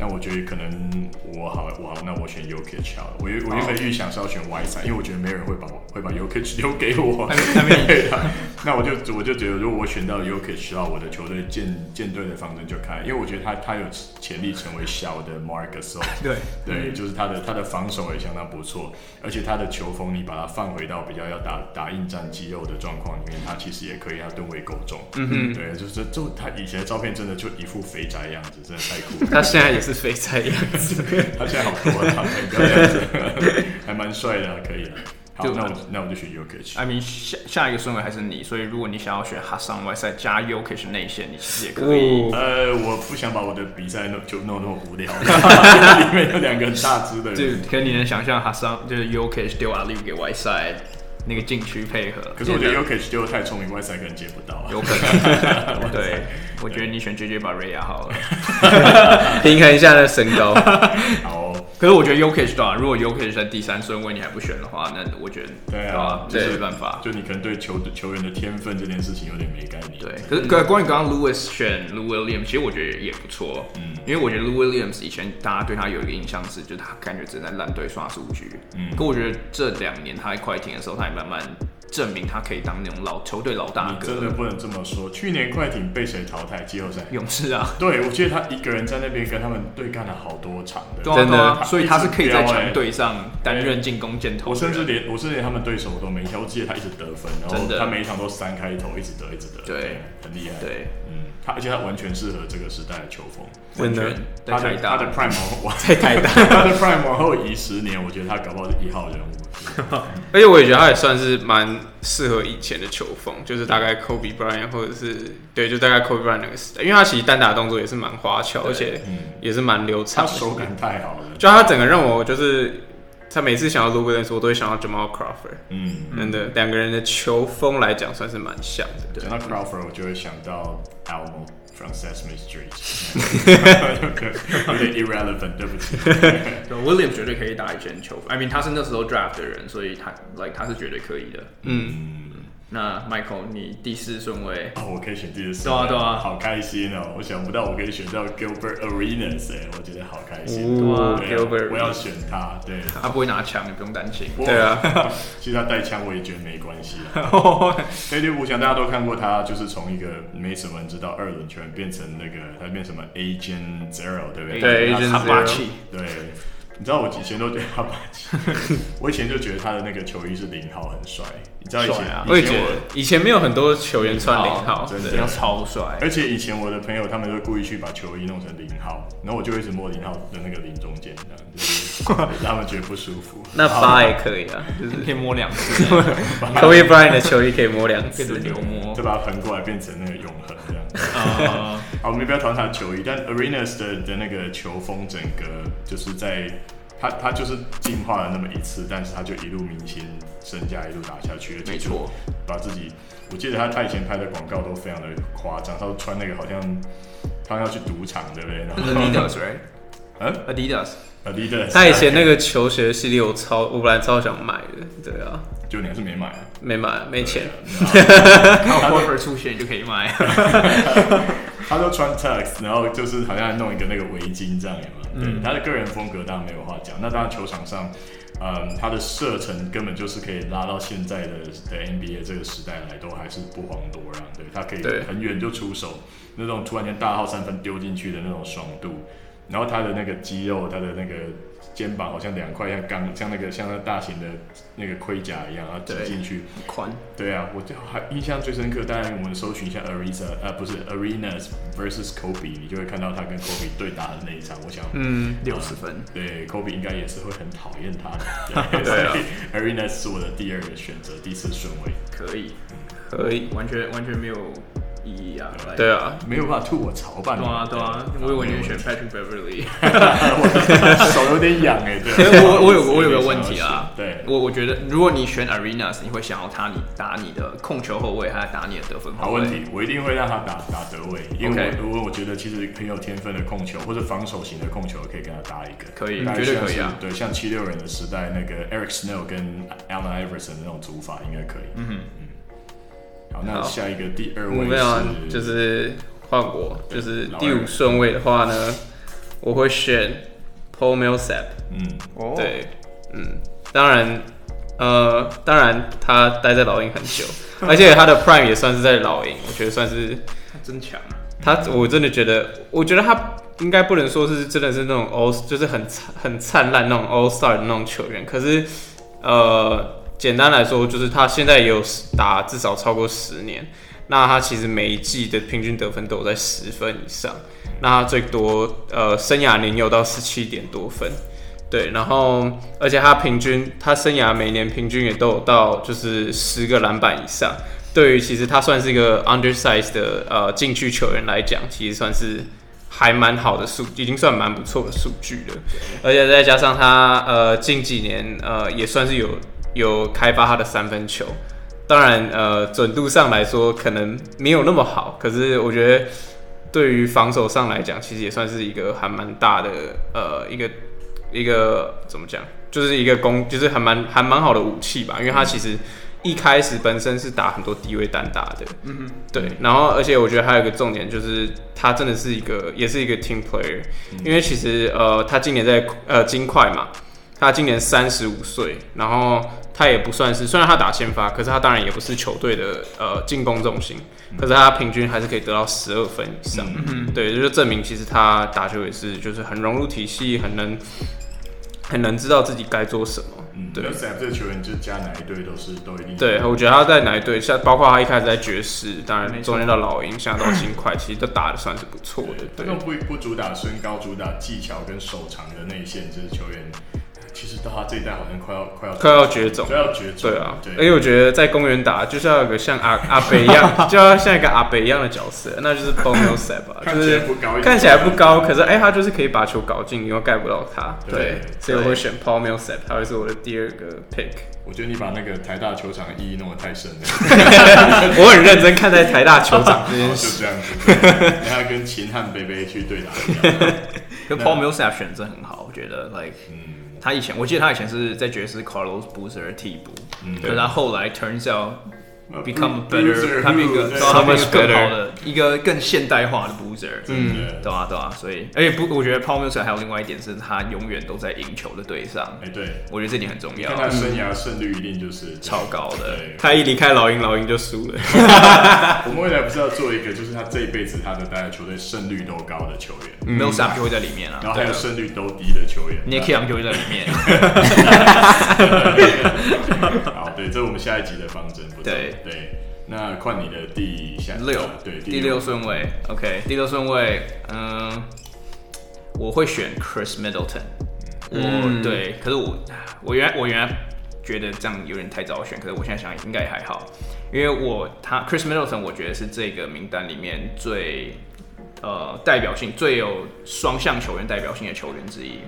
Speaker 2: 那我觉得可能我好了，我好了，那我选 Yokich 好了。我原我原本预想是要选 Y 三，因为我觉得没有人会把我会把 Yokich 留给我。
Speaker 1: 还没
Speaker 2: 对啊，那我就我就觉得，如果我选到 Yokich 的话，我的球队舰舰队的方针就开，因为我觉得他他有潜力成为小的 Marcus，
Speaker 1: 对，
Speaker 2: 对，就是他的他的防守也相当不错，而且他的球风你把它放回到比较要打打硬战肌肉的状况里面，他其实也可以，他吨位够重，嗯哼，对，就是这就他以前的照片真的就一副肥宅样子，真的太酷了。
Speaker 3: 他现在也是肥宅样子。
Speaker 2: 他现在好多了，不要这样子，还蛮帅的啊，可以啊。好，
Speaker 1: 就
Speaker 2: 那我那我就选哎 Yokich。
Speaker 1: I mean 下下一个顺位还是你，所以如果你想要选哈桑外赛加 y o k i c 内线，你其实也可以。
Speaker 3: 哦，
Speaker 2: 呃，我不想把我的比赛弄就弄那么无 聊，里面有两个很大只的
Speaker 1: 就
Speaker 2: 人。
Speaker 1: 可你能想象哈桑就是 y o k i c 丢阿利给外赛那个禁区配合，
Speaker 2: 可是我觉得
Speaker 1: 也
Speaker 2: Yokich 丢得太聪明，外赛可能接不到啊。
Speaker 1: 有可 能。对，我觉得你选 JJ 把 Ray 好了。
Speaker 3: 平衡一下那身高。
Speaker 2: 好哦，
Speaker 1: 可是我觉得 Yokich 对吧？啊如果 Yokich 在第三顺位你还不选的话，那我觉得
Speaker 2: 对啊
Speaker 1: 吧？这
Speaker 2: 对
Speaker 1: 没办法。
Speaker 2: 就你可能对球球员的天分这件事情有点没概念。
Speaker 1: 对，可是可关于刚刚 Lewis 选 Lou Williams，其实我觉得也不错，嗯，因为我觉得 Lou Williams 以前大家对他有一个印象是，就是他感觉只能在烂队刷数据，嗯，可我觉得这两年他在快艇的时候，他也慢慢证明他可以当那种老球队老大
Speaker 2: 你
Speaker 1: 哥
Speaker 2: 嗯真。的不能这么说。去年快艇被谁淘汰季后赛？
Speaker 1: 勇士 啊，
Speaker 2: 对，我记得他一个人在那边跟他们对干了好多场的，
Speaker 1: 对啊
Speaker 3: 真的
Speaker 1: 对啊所以他是可以在
Speaker 2: 一直飙欸欸
Speaker 1: 强队上担任进攻箭头的人。
Speaker 2: 我甚至连我甚至连他们对手我都没挑，我记得他一直得分，然
Speaker 1: 真
Speaker 2: 后
Speaker 1: 的
Speaker 2: 他每一场都三开头，一直得，一直得，
Speaker 1: 对，
Speaker 2: 很厉害。，
Speaker 1: 对，
Speaker 2: 嗯，他而且他完全适合这个时代的球风。
Speaker 3: 真的
Speaker 1: 完全在
Speaker 2: 他
Speaker 1: 台
Speaker 2: 的
Speaker 1: 大
Speaker 2: 他的 prime 往往
Speaker 3: 太太大。
Speaker 2: 他的 prime 往后移十年，我觉得他搞不好是一号人物。
Speaker 3: 而且我也觉得他也算是蛮适合以前的球风，就是大概 Kobe Bryant 或者是对，就大概 Kobe Bryant 那个时代，因为他其实单打动作也是蛮花巧，而且
Speaker 2: 嗯，
Speaker 3: 也是蛮流畅
Speaker 2: 他
Speaker 3: 的。
Speaker 2: 手感太好了。
Speaker 3: 就他整个让我就是，他每次想到 l u b i n 我都会想到 Jamal Crawford，、
Speaker 2: 嗯，
Speaker 3: 真的两个人的球风来讲算是蛮像的。
Speaker 2: 讲到 Crawford，我就会想到 Almo from Sesame Street，有点 irrelevant，对不 起。
Speaker 1: 对 William 绝对可以打以前球，I mean 他是那时候 draft 的人，所以他 like 他是绝对可以的。
Speaker 3: 嗯，
Speaker 1: 那 Michael，你第四顺位，
Speaker 2: 哦，我可以选第十，
Speaker 1: 对啊对啊
Speaker 2: 好开心哦！我想不到我可以选到 Gilbert Arenas，哎、我觉得好开心。
Speaker 3: 哦
Speaker 2: 对啊
Speaker 3: Gilbert，
Speaker 2: 我要选他，对。
Speaker 1: 他不会拿枪，你不用担心。
Speaker 2: 不 过
Speaker 3: 对啊，
Speaker 2: 其实他带枪我也觉得没关系啊。飞利浦想大家都看过他，就是从一个没什么人知道二轮球员变成那个他变成什么 Agent Zero，对不对？
Speaker 3: 对，Agent
Speaker 1: 他霸
Speaker 3: Zero
Speaker 1: 气，
Speaker 2: 对，你知道我以前都觉得他霸气，我以前就觉得他的那个球衣是零号很帅，你知道以前
Speaker 1: 帅啊
Speaker 3: 我也
Speaker 2: 以
Speaker 3: 觉
Speaker 2: 前
Speaker 3: 得以前没有很多球员穿零号，
Speaker 2: 真的
Speaker 1: 要超 帅。
Speaker 2: 而且以前我的朋友他们都故意去把球衣弄成零号，然后我就一直摸零号的那个零中间，这样就是让他们觉得不舒服。
Speaker 3: 那八也可以啊，就是
Speaker 1: 你可以摸两次，
Speaker 3: Kobe Bryant 的球衣可以摸两
Speaker 1: 可以
Speaker 3: 次。
Speaker 1: 流摸
Speaker 2: 再。把它横过来变成那个永恒这样。
Speaker 1: 呃，
Speaker 2: 好，我们不要讨论他的球衣，但 Arenas 的的那个球风整个就是在他他就是进化了那么一次，但是他就一路明星身价一路打下去，而且
Speaker 1: 没
Speaker 2: 就
Speaker 1: 错，
Speaker 2: 把自己，我记得他他以前拍的广告都非常的夸张，他都穿那个好像他要去赌场，对不对？
Speaker 1: 这
Speaker 2: 然
Speaker 1: 是
Speaker 2: 后
Speaker 1: Adidas right？
Speaker 2: 嗯
Speaker 1: ，Adidas，
Speaker 2: Adidas，
Speaker 3: 他以前那个球鞋系列我超，我本来超想买的，对啊，
Speaker 2: 就你还是没买啊。啊
Speaker 3: 没买，没钱。
Speaker 1: 看我 Crawford 出现就可以买。
Speaker 2: 他都穿 tux，然后就是好像弄一个那个围巾这样，有没有？对，他的个人风格当然没有话讲。那当然球场上，嗯，他的射程根本就是可以拉到现在的的 NBA 这个时代来，都还是不遑多让。对他可
Speaker 3: 对
Speaker 2: 以很远就出手，那种突然间大号三分丢进去的那种爽度，然后他的那个肌肉，他的那个。肩膀好像两块像钢，像那个像那大型的那个盔甲一样，然后挤
Speaker 1: 对
Speaker 2: 进去，
Speaker 1: 宽，
Speaker 2: 对啊，我就还印象最深刻，当然我们搜寻一下 Ariza，呃，不是 Arenas versus Kobe，你就会看到他跟 Kobe 对打的那一场。我想，
Speaker 3: 嗯，
Speaker 1: 六十分。
Speaker 2: 对 Kobe 应该也是会很讨厌他 的。对，
Speaker 3: 对啊
Speaker 2: 所以 Arenas 是我的第二个选择，第四顺位，
Speaker 1: 可以，
Speaker 3: 可以。
Speaker 1: 完全完全没有意义啊。来
Speaker 3: 对啊，
Speaker 2: 没有办法吐我槽吧？
Speaker 1: 对啊，对啊，我以为你会选 Patrick Beverly。
Speaker 2: 我手有点痒哎、
Speaker 1: 可
Speaker 2: 对。
Speaker 1: 是我我有我有 个问题啊，
Speaker 2: 对，
Speaker 1: 我我觉得如果你选 Arenas，你会想要他你打你的控球后卫，还是打你的得分
Speaker 2: 好
Speaker 1: 后卫？
Speaker 2: 问题，我一定会让他打打德位，因为
Speaker 1: OK
Speaker 2: 我因为我觉得其实很有天分的控球或者防守型的控球可以跟他搭一个，
Speaker 1: 可以
Speaker 2: 大概
Speaker 1: 绝对
Speaker 2: 像
Speaker 1: 可以啊
Speaker 2: 是对，像七六人的时代，那个 Eric Snow 跟 Allen Iverson 那种组法应该可以。嗯嗯。好，那
Speaker 3: 好
Speaker 2: 下一个第二
Speaker 3: 我们要
Speaker 2: 位是，
Speaker 3: 就是换我，就是
Speaker 2: 老
Speaker 3: 第
Speaker 2: 二
Speaker 3: 五顺位的话呢，我会选 Paul Millsap。
Speaker 2: 嗯，
Speaker 1: 哦，
Speaker 3: 对，嗯，当然，呃，当然他待在老鹰 很久，而且他的 Prime 也算是在老鹰，我觉得算是
Speaker 1: 他真强啊！
Speaker 3: 他，我真的觉得，我觉得他应该不能说是真的是那种 All，就是很灿很灿烂那种 All Star 的那种球员，可是，呃，简单来说，就是他现在也有打至少超过十年，那他其实每一季的平均得分都有在十分以上，那他最多呃生涯年有到十七点多分。对，然后而且他平均，他生涯每年平均也都有到就是十个篮板以上。对于其实他算是一个 undersize 的呃禁区球员来讲，其实算是还蛮好的数，已经算蛮不错的数据了。而且再加上他呃近几年呃也算是有有开发他的三分球，当然呃准度上来说可能没有那么好，可是我觉得对于防守上来讲，其实也算是一个还蛮大的呃一个一个怎么讲，就是一个攻，就是还蛮还蛮好的武器吧，因为他其实一开始本身是打很多低位单打的，嗯哼，对，然后而且我觉得还有一个重点就是他真的是一个也是一个 team player，、因为其实呃他今年在呃金块嘛，他今年三十五岁，然后他也不算是，虽然他打先发，可是他当然也不是球队的呃进攻重心，可是他平均还是可以得到十二分以上，对，就是证明其实他打球也是就是很融入体系，很能很能知道自己该做什么，对
Speaker 2: 对。Sam 嗯这个球员，就加哪一队都是都一定
Speaker 3: 对，呃我觉得他在哪一队，像包括他一开始在爵士，当然中间到老鹰，现在到金块，其实都打的算是不错的，
Speaker 2: 他
Speaker 3: 对。
Speaker 2: 们不不主打身高，主打技巧跟手长的内线，这是球员。其实到他这一代好像快要快要
Speaker 3: 快要绝种
Speaker 2: 快要绝种。
Speaker 3: 对啊，而
Speaker 2: 对，
Speaker 3: 且我觉得在公园打就是要有个像阿阿北一 样，就要像一个阿北一样的角色，那就是 b o n o s e p 啊，
Speaker 2: 看
Speaker 3: 就
Speaker 2: 起来
Speaker 3: 是
Speaker 2: 不高一点
Speaker 3: 看起来不高，可是哎、他就是可以把球搞进，你又盖不到他，
Speaker 2: 对
Speaker 3: 对，所以我会选 Paul Millsap，他会是我的第二个 pick。
Speaker 2: 我觉得你把那个台大球场的意义弄得太深 了，
Speaker 3: 我很认真看待台大球 场这
Speaker 2: 然
Speaker 3: 件
Speaker 2: 后
Speaker 3: 事，
Speaker 2: 就这样子，对然后跟秦汉北北去对打一样。
Speaker 1: 可 Paul Millsap 选择很好，我觉得 like
Speaker 2: 嗯，
Speaker 1: 他以前我记得他以前是在爵士 Carlos Boozer 的替补，
Speaker 2: 嗯
Speaker 1: 可是他后来 turns out become
Speaker 2: Bru- Bruiser,
Speaker 1: better，他变一个
Speaker 2: Bruiser，
Speaker 1: 他变一
Speaker 3: So
Speaker 1: 个
Speaker 3: much
Speaker 1: 更好的一个更现代化的 Boozer，嗯，
Speaker 2: 真的
Speaker 1: 对啊对啊，所以而且不，我觉得 Paul Millsap 还有另外一点是他永远都在赢球的队上，
Speaker 2: 哎，对，
Speaker 1: 我觉得这点很重
Speaker 2: 看他
Speaker 1: 要，
Speaker 2: 生涯胜率一定就是
Speaker 1: 超。高的。
Speaker 2: 对，
Speaker 3: 他一离开老鹰，老鹰就输了。
Speaker 2: 我们未来不是要做一个，就是他这一辈子他的待的球队胜率都高的球员，
Speaker 1: Millsap 就会在里面啊，
Speaker 2: 嗯然后还有
Speaker 1: 对
Speaker 2: 胜率都低的球员。
Speaker 1: 嗯 Nick Young 就会在里面，
Speaker 2: 好，对，这是我们下一集的方针。不错
Speaker 1: 对
Speaker 2: 对，那换你的第下
Speaker 1: 六
Speaker 2: 呃，对
Speaker 1: 第六顺位，OK，第六顺位，嗯，我会选 Chris Middleton，我、对，可是我我原来我原来觉得这样有点太早选，可是我现在想应该也还好，因为我他 Chris Middleton 我觉得是这个名单里面最呃代表性最有双向球员代表性的球员之一，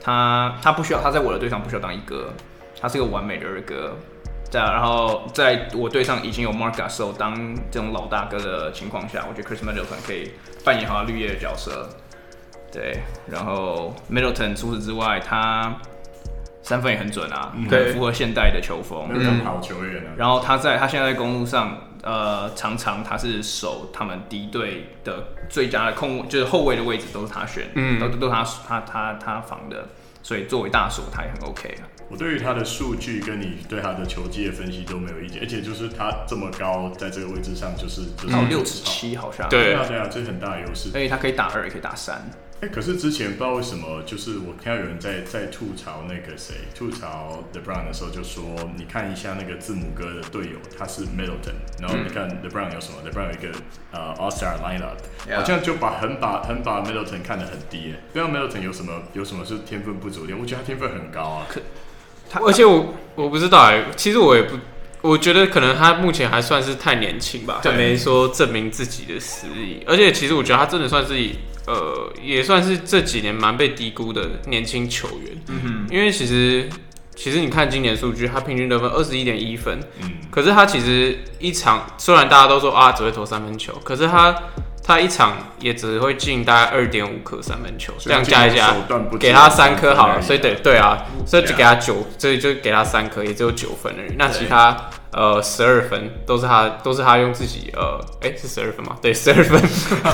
Speaker 1: 他他不需要他在我的队上不需要当一哥，他是个完美的二哥。对啊，然后在我队上已经有 Mark 啊 Gasol 当这种老大哥的情况下，我觉得 Chris Middleton 可以扮演好他绿叶的角色。对，然后 Middleton 除此之外，他三分也很准啊，
Speaker 3: 对
Speaker 1: 很符合现代的球风。
Speaker 2: 那种好球员啊，
Speaker 1: 然后他在他现在在公路上，呃，常常他是守他们敌队的最佳的控，就是后卫的位置都是他选，嗯，都都他他他他防的，所以作为大手他也很 OK 啊。
Speaker 2: 我对于他的数据跟你对他的球技的分析都没有意见，而且就是他这么高，在这个位置上就是就是
Speaker 1: 然后六尺，七好像，
Speaker 3: 嗯对
Speaker 2: 对啊对啊，这是很大的优势。
Speaker 1: 所以他可以打二也可以打三，
Speaker 2: 哎、可是之前不知道为什么，就是我看到有人在在吐槽那个谁，吐槽 The Brown 的时候就说，你看一下那个字母哥的队友，他是 Middleton，然后你看 The Brown 有什么、t h e Brown 有一个呃 All Star lineup，、
Speaker 1: Yeah
Speaker 2: 好像就把很把很把 Middleton 看得很低耶，不知道 Middleton 有什么有什么是天分不足的地方，我觉得他天分很高啊，
Speaker 1: 他
Speaker 3: 而且我我不知道哎、其实我也不，我觉得可能他目前还算是太年轻吧，还
Speaker 1: 对
Speaker 3: 没说证明自己的实力。而且其实我觉得他真的算是呃，也算是这几年蛮被低估的年轻球员。嗯哼，因为其实其实你看今年数据，他平均得分二十一点一分，
Speaker 2: 嗯，
Speaker 3: 可是他其实一场虽然大家都说啊只会投三分球，可是他他一场也只会进大概二点五颗三分球，这
Speaker 2: 所以
Speaker 3: 样加一
Speaker 2: 进攻
Speaker 3: 加
Speaker 2: 手段不，止
Speaker 3: 给他三颗好
Speaker 2: 三分而
Speaker 3: 了，
Speaker 2: 已
Speaker 3: 所以得对啊，所以就给他九，所以就给他三颗，也只有九分而已。那其他呃十二分都是他都是他用自己呃哎、是十二分吗？对，十二分，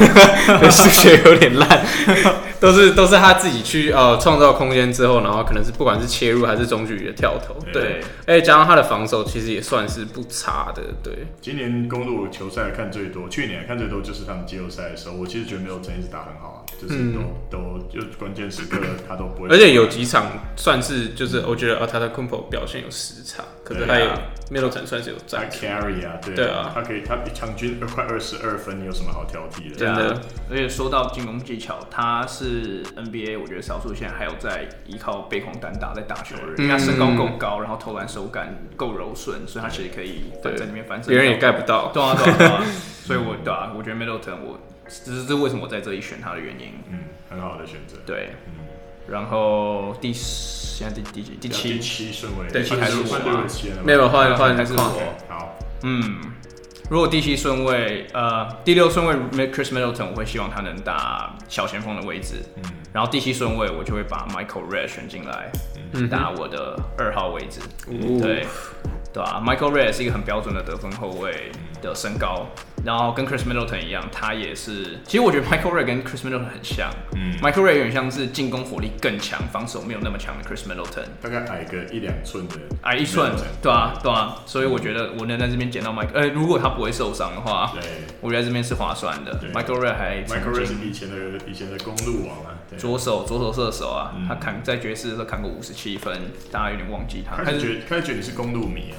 Speaker 3: 对数学有点烂， 都是都是他自己去呃创造空间之后，然后可能是不管是切入还是中距离的跳投，对
Speaker 1: 对，
Speaker 3: 而且加上他的防守其实也算是不差的，对，
Speaker 2: 今年公路球赛看最多，去年看最多就是他们季后赛的时候，我其实觉得 Middleton 一直打很好啊，就是都、都就关键时刻他都不会，
Speaker 3: 而且有几场算是就是我觉得呃他的 Kumpo 表现有时差，可是他也
Speaker 2: 对啊
Speaker 3: Middleton 算是有
Speaker 2: 他
Speaker 3: 在。
Speaker 2: carry 啊，对
Speaker 3: 对啊
Speaker 2: 他可以，他场均呃快二十二分，你有什么好挑
Speaker 1: 啊
Speaker 2: 剔的？
Speaker 3: 对真的。
Speaker 1: 而且说到进攻技巧，他是 NBA 我觉得少数现在还有在依靠背控单打在打球的人，
Speaker 3: 嗯
Speaker 1: 因为他身高够高，然后投篮手感够柔顺，所以他其实可以
Speaker 3: 对
Speaker 1: 在里面翻身。
Speaker 3: 别人也盖不到，
Speaker 1: 对啊对啊对啊， 所以我对啊，我觉得 Middleton 我这是这是为什么我在这里选他的原因。
Speaker 2: 嗯，很好的选择。嗯
Speaker 1: 对，然后第十现在第第几第
Speaker 2: 第
Speaker 1: 七，
Speaker 2: 七顺位，
Speaker 1: 对
Speaker 2: 换
Speaker 1: 换
Speaker 2: 对
Speaker 1: 是我
Speaker 2: 换
Speaker 1: 啊
Speaker 2: 对我签了吗
Speaker 3: 没有换换
Speaker 1: 还是
Speaker 3: 换
Speaker 1: 我
Speaker 2: OK，好，
Speaker 1: 嗯，如果第七顺位，呃，第六顺位 Chris Middleton，我会希望他能打小前锋的位置。嗯，然后第七顺位我就会把 Michael Red 选进来，
Speaker 2: 嗯
Speaker 1: 打我的二号位置。
Speaker 3: 哦
Speaker 1: 对，对啊，Michael Red 是一个很标准的得分后卫的身高，然后跟 Chris Middleton 一样，他也是，其实我觉得 Michael Ray 跟 Chris Middleton 很像，
Speaker 2: 嗯
Speaker 1: ，Michael Ray 有点像是进攻火力更强，防守没有那么强的 Chris Middleton，
Speaker 2: 大概矮个一两寸的，
Speaker 1: 矮一寸，对啊，对啊，所以我觉得我能在这边捡到 Mike，呃，如果他不会受伤的话，
Speaker 2: 对
Speaker 1: 我觉得这边是划算的
Speaker 2: 对。
Speaker 1: Michael Ray 还曾
Speaker 2: ，Michael Ray 是
Speaker 1: 经
Speaker 2: 以前的以前的公路王啊，对，
Speaker 1: 左手左手射手啊，
Speaker 2: 嗯
Speaker 1: 他砍在爵士的时候砍过五十七分，大家有点忘记他，
Speaker 2: 开
Speaker 1: 但
Speaker 2: 始
Speaker 1: 是
Speaker 2: 觉得开始觉得你是公路迷啊，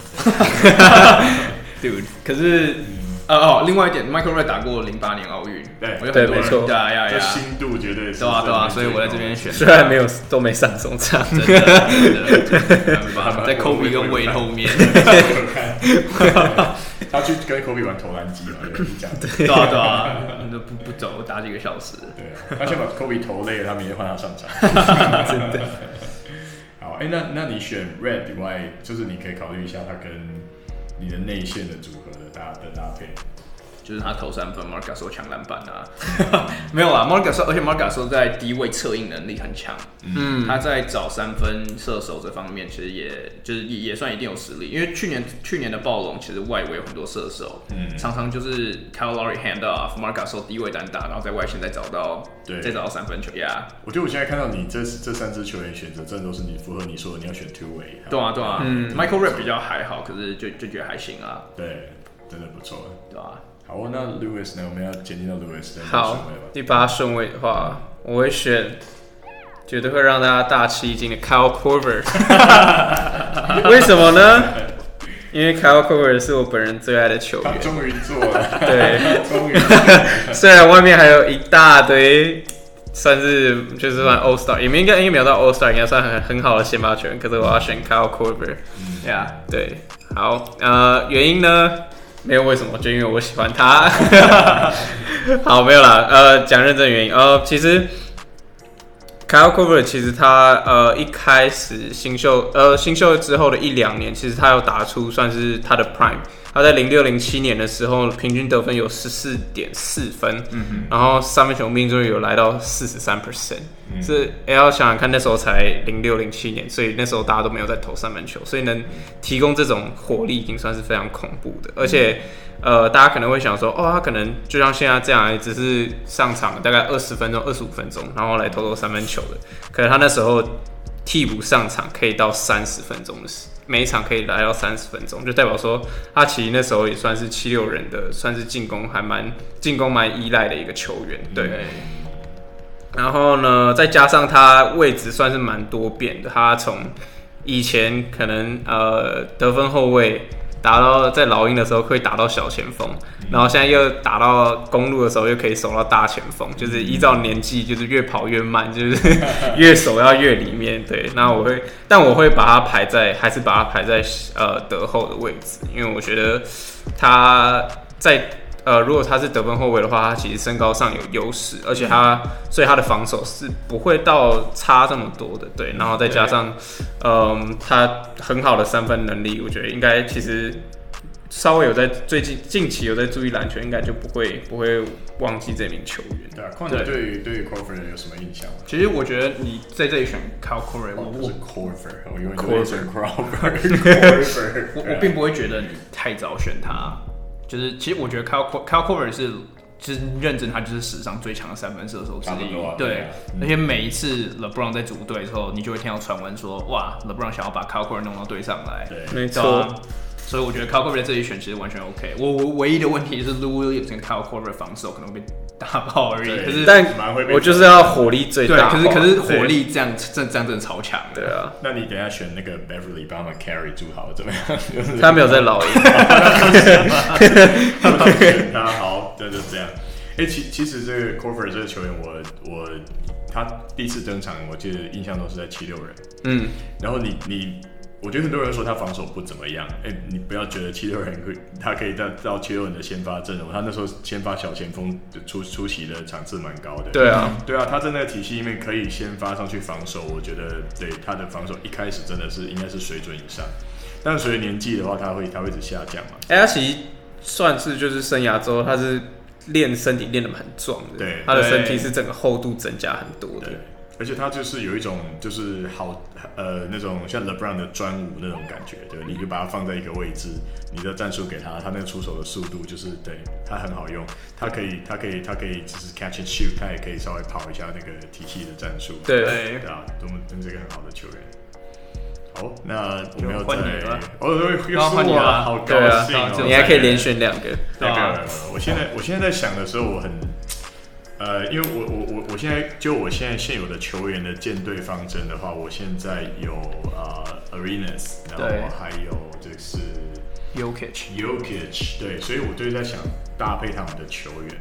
Speaker 1: dude，可是
Speaker 2: 嗯
Speaker 1: 呃哦，另外一点，Michael Ray 打过零八年奥运，
Speaker 2: 对
Speaker 1: 我有
Speaker 3: 对
Speaker 1: 很多
Speaker 3: 没
Speaker 1: 人
Speaker 3: 错
Speaker 1: 对啊呀
Speaker 2: 这
Speaker 1: 呀，
Speaker 2: 心度绝对是
Speaker 1: 对啊对啊，所
Speaker 2: 最
Speaker 1: 以
Speaker 2: 高
Speaker 1: 我在这边选，
Speaker 3: 虽然没有都没上中场，
Speaker 1: 真的真的真的 没办法在 Kobe 跟 Wade 后面，
Speaker 2: 他去跟科比玩投篮机嘛，对你讲的
Speaker 1: 对啊对啊，都不不走，打几个小时，
Speaker 2: 对啊，他先把科比投累了，他明天换他上场。
Speaker 3: 真的。
Speaker 2: 好，哎、那那你选 Red 以外，就是你可以考虑一下他跟你的内线的组合的搭的搭配。
Speaker 1: 就是他投三分 m a r g a s 抢篮板啊，
Speaker 2: 嗯
Speaker 1: 没有啊 m a r g a s 而且 m a r g a s 在低位策应能力很强，嗯，他在找三分射手这方面其实也就是也也算一定有实力，因为去年去年的暴龙其实外围有很多射手，
Speaker 2: 嗯
Speaker 1: 常常就是 c a l o r y hand off m a r g a s 低位单打，然后在外线再找到
Speaker 2: 对
Speaker 1: 再找到三分球呀
Speaker 2: 我觉得我现在看到你这这三支球员选择，真的都是你符合你说的，你要选 two way。
Speaker 1: 对啊对啊、m
Speaker 2: 嗯
Speaker 1: i c h a e l Rip 比较还好，可是就就觉得还行啊，
Speaker 2: 对，真的不错。
Speaker 1: 对啊吧、
Speaker 2: 好哦，那 Lewis 呢？我们要前进到 Lewis 的顺
Speaker 3: 好
Speaker 2: 位吧，。
Speaker 3: 第八顺位的话，我会选绝对会让大家大吃一惊的 Kyle Korver。为什么呢？因为 Kyle Korver 是我本人最爱的球
Speaker 2: 他
Speaker 3: 员。
Speaker 2: 终于做 了，
Speaker 3: 对，
Speaker 2: 终于
Speaker 3: 虽然外面还有一大堆，算是就是算 All Star，也没应该应该没有到 All Star，应该算很很好的先发球员。可是我要选 Kyle Korver。
Speaker 1: 对啊。
Speaker 3: 对，好，呃，原因呢？没有为什么，就因为我喜欢他。 好，没有啦，呃，讲认真原因，呃，其实 Kyle Korver 其实他呃一开始新秀呃新秀之后的一两年，其实他有打出算是他的 prime。他在零六零七年的时候，平均得分有十四点四分，然后三分球命中率有来到四十三 percent，是也要想想看，那时候才零六零七年，所以那时候大家都没有在投三分球，所以能提供这种火力已经算是非常恐怖的。而且，呃，大家可能会想说，哦，他可能就像现在这样，只是上场大概二十分钟、二十五分钟，然后来投投三分球的。可是他那时候替补上场可以到三十分钟的时，每一场可以来到三十分钟，就代表说他其实那时候也算是七六人的，算是进攻还蛮进攻蛮依赖的一个球员，对。然后呢，再加上他位置算是蛮多变的，他从以前可能呃得分后卫打到在老鹰的时候可以打到小前锋，然后现在又打到公路的时候又可以守到大前锋，就是依照年纪就是越跑越慢，就是越守要越里面。对，那我会，但我会把他排在，还是把他排在呃得后的位置，因为我觉得他在呃，如果他是得分后卫的话，他其实身高上有优势，而且他、
Speaker 1: 嗯
Speaker 3: 所以他的防守是不会到差这么多的，对。然后再加上，嗯，他很好的三分能力，我觉得应该其实稍微有在最近近期有在注意篮球，应该就不会不会忘记这名球员。
Speaker 2: 对啊，况且对于对于 Corver 有什么印象吗？
Speaker 1: 其实我觉得你在这里选 Cal Corey，我
Speaker 2: 哦，不
Speaker 1: 我
Speaker 2: 是 Corver，我永远都是 Corver，Corver，
Speaker 1: 我我并不会觉得你太早选他，就是其实我觉得 Kyle Co- Kyle Korver 是就是认真，他就是史上最强的三分射手之
Speaker 2: 差不
Speaker 1: 一
Speaker 2: 多啊。对
Speaker 1: 对
Speaker 2: 啊，
Speaker 1: 而且每一次 LeBron 在组队之后，你就会听到传闻说，哇，LeBron 想要把 Kyle Korver 弄到队上来。
Speaker 2: 对
Speaker 3: 没
Speaker 1: 对啊，所以我觉得 Kyle Korver 在这里选其实完全 OK。我我唯一的问题就是 Lou Williams 跟 Kyle Korver 防守可能会被打爆而已。
Speaker 2: 对
Speaker 1: 可是
Speaker 3: 但
Speaker 2: 蛮会被
Speaker 3: 我就是要火力最
Speaker 1: 对，
Speaker 3: 大
Speaker 1: 可
Speaker 3: 化。
Speaker 1: 是可是
Speaker 3: 对
Speaker 1: 火力这样这这样真的超强的。
Speaker 3: 对啊，
Speaker 2: 那你等一下选那个 Beverly 帮忙 carry 住好了 怎么样？就是
Speaker 3: 他没有在老鹰。
Speaker 2: 选他好，对，就这样。哎、其其实这个 Corver 这个球员我，我他第一次登场，我记得印象都是在七六人。
Speaker 3: 嗯，
Speaker 2: 然后你你，我觉得很多人说他防守不怎么样，哎、你不要觉得七六人可以，他可以到到七六人的先发阵容，他那时候先发小前锋出出席的场次蛮高的。
Speaker 3: 对啊，
Speaker 2: 对啊，他在那个体系里面可以先发上去防守，我觉得对他的防守一开始真的是应该是水准以上，但随着年纪的话，他会他会一直下降嘛。
Speaker 3: 哎、他其实算是就是生涯之后，他是练身体练得蛮壮的，
Speaker 2: 对
Speaker 3: 他的
Speaker 1: 对
Speaker 3: 身体是整个厚度增加很多的
Speaker 2: 对。，而且他就是有一种就是好呃那种像 LeBron 的专武那种感觉，对，你就把它放在一个位置，你的战术给他，他那个出手的速度就是对他很好用，他可以他可以他可以就是 catch and shoot，他也可以稍微跑一下那个体系的战术，
Speaker 3: 对
Speaker 2: 对啊，我们真是一个很好的球员。好，那我们要
Speaker 1: 就换你
Speaker 2: 再
Speaker 1: 了
Speaker 2: 哦，又又是
Speaker 1: 要换你
Speaker 2: 我啊，
Speaker 1: 了
Speaker 2: 好
Speaker 3: 对
Speaker 2: 高
Speaker 3: 啊
Speaker 2: 兴哦！，
Speaker 3: 你还可以连选两个，
Speaker 2: 没有没有没
Speaker 1: 对啊
Speaker 2: 有我现在我现在在想的时候，我很，呃，因为我我我我现在就我现在现有的球员的舰队方针的话，我现在有呃 Arenas，然
Speaker 1: 对
Speaker 2: 后还有就是。
Speaker 1: Yokich。
Speaker 2: Jokic，对，所以我就是在想搭配他们的球员。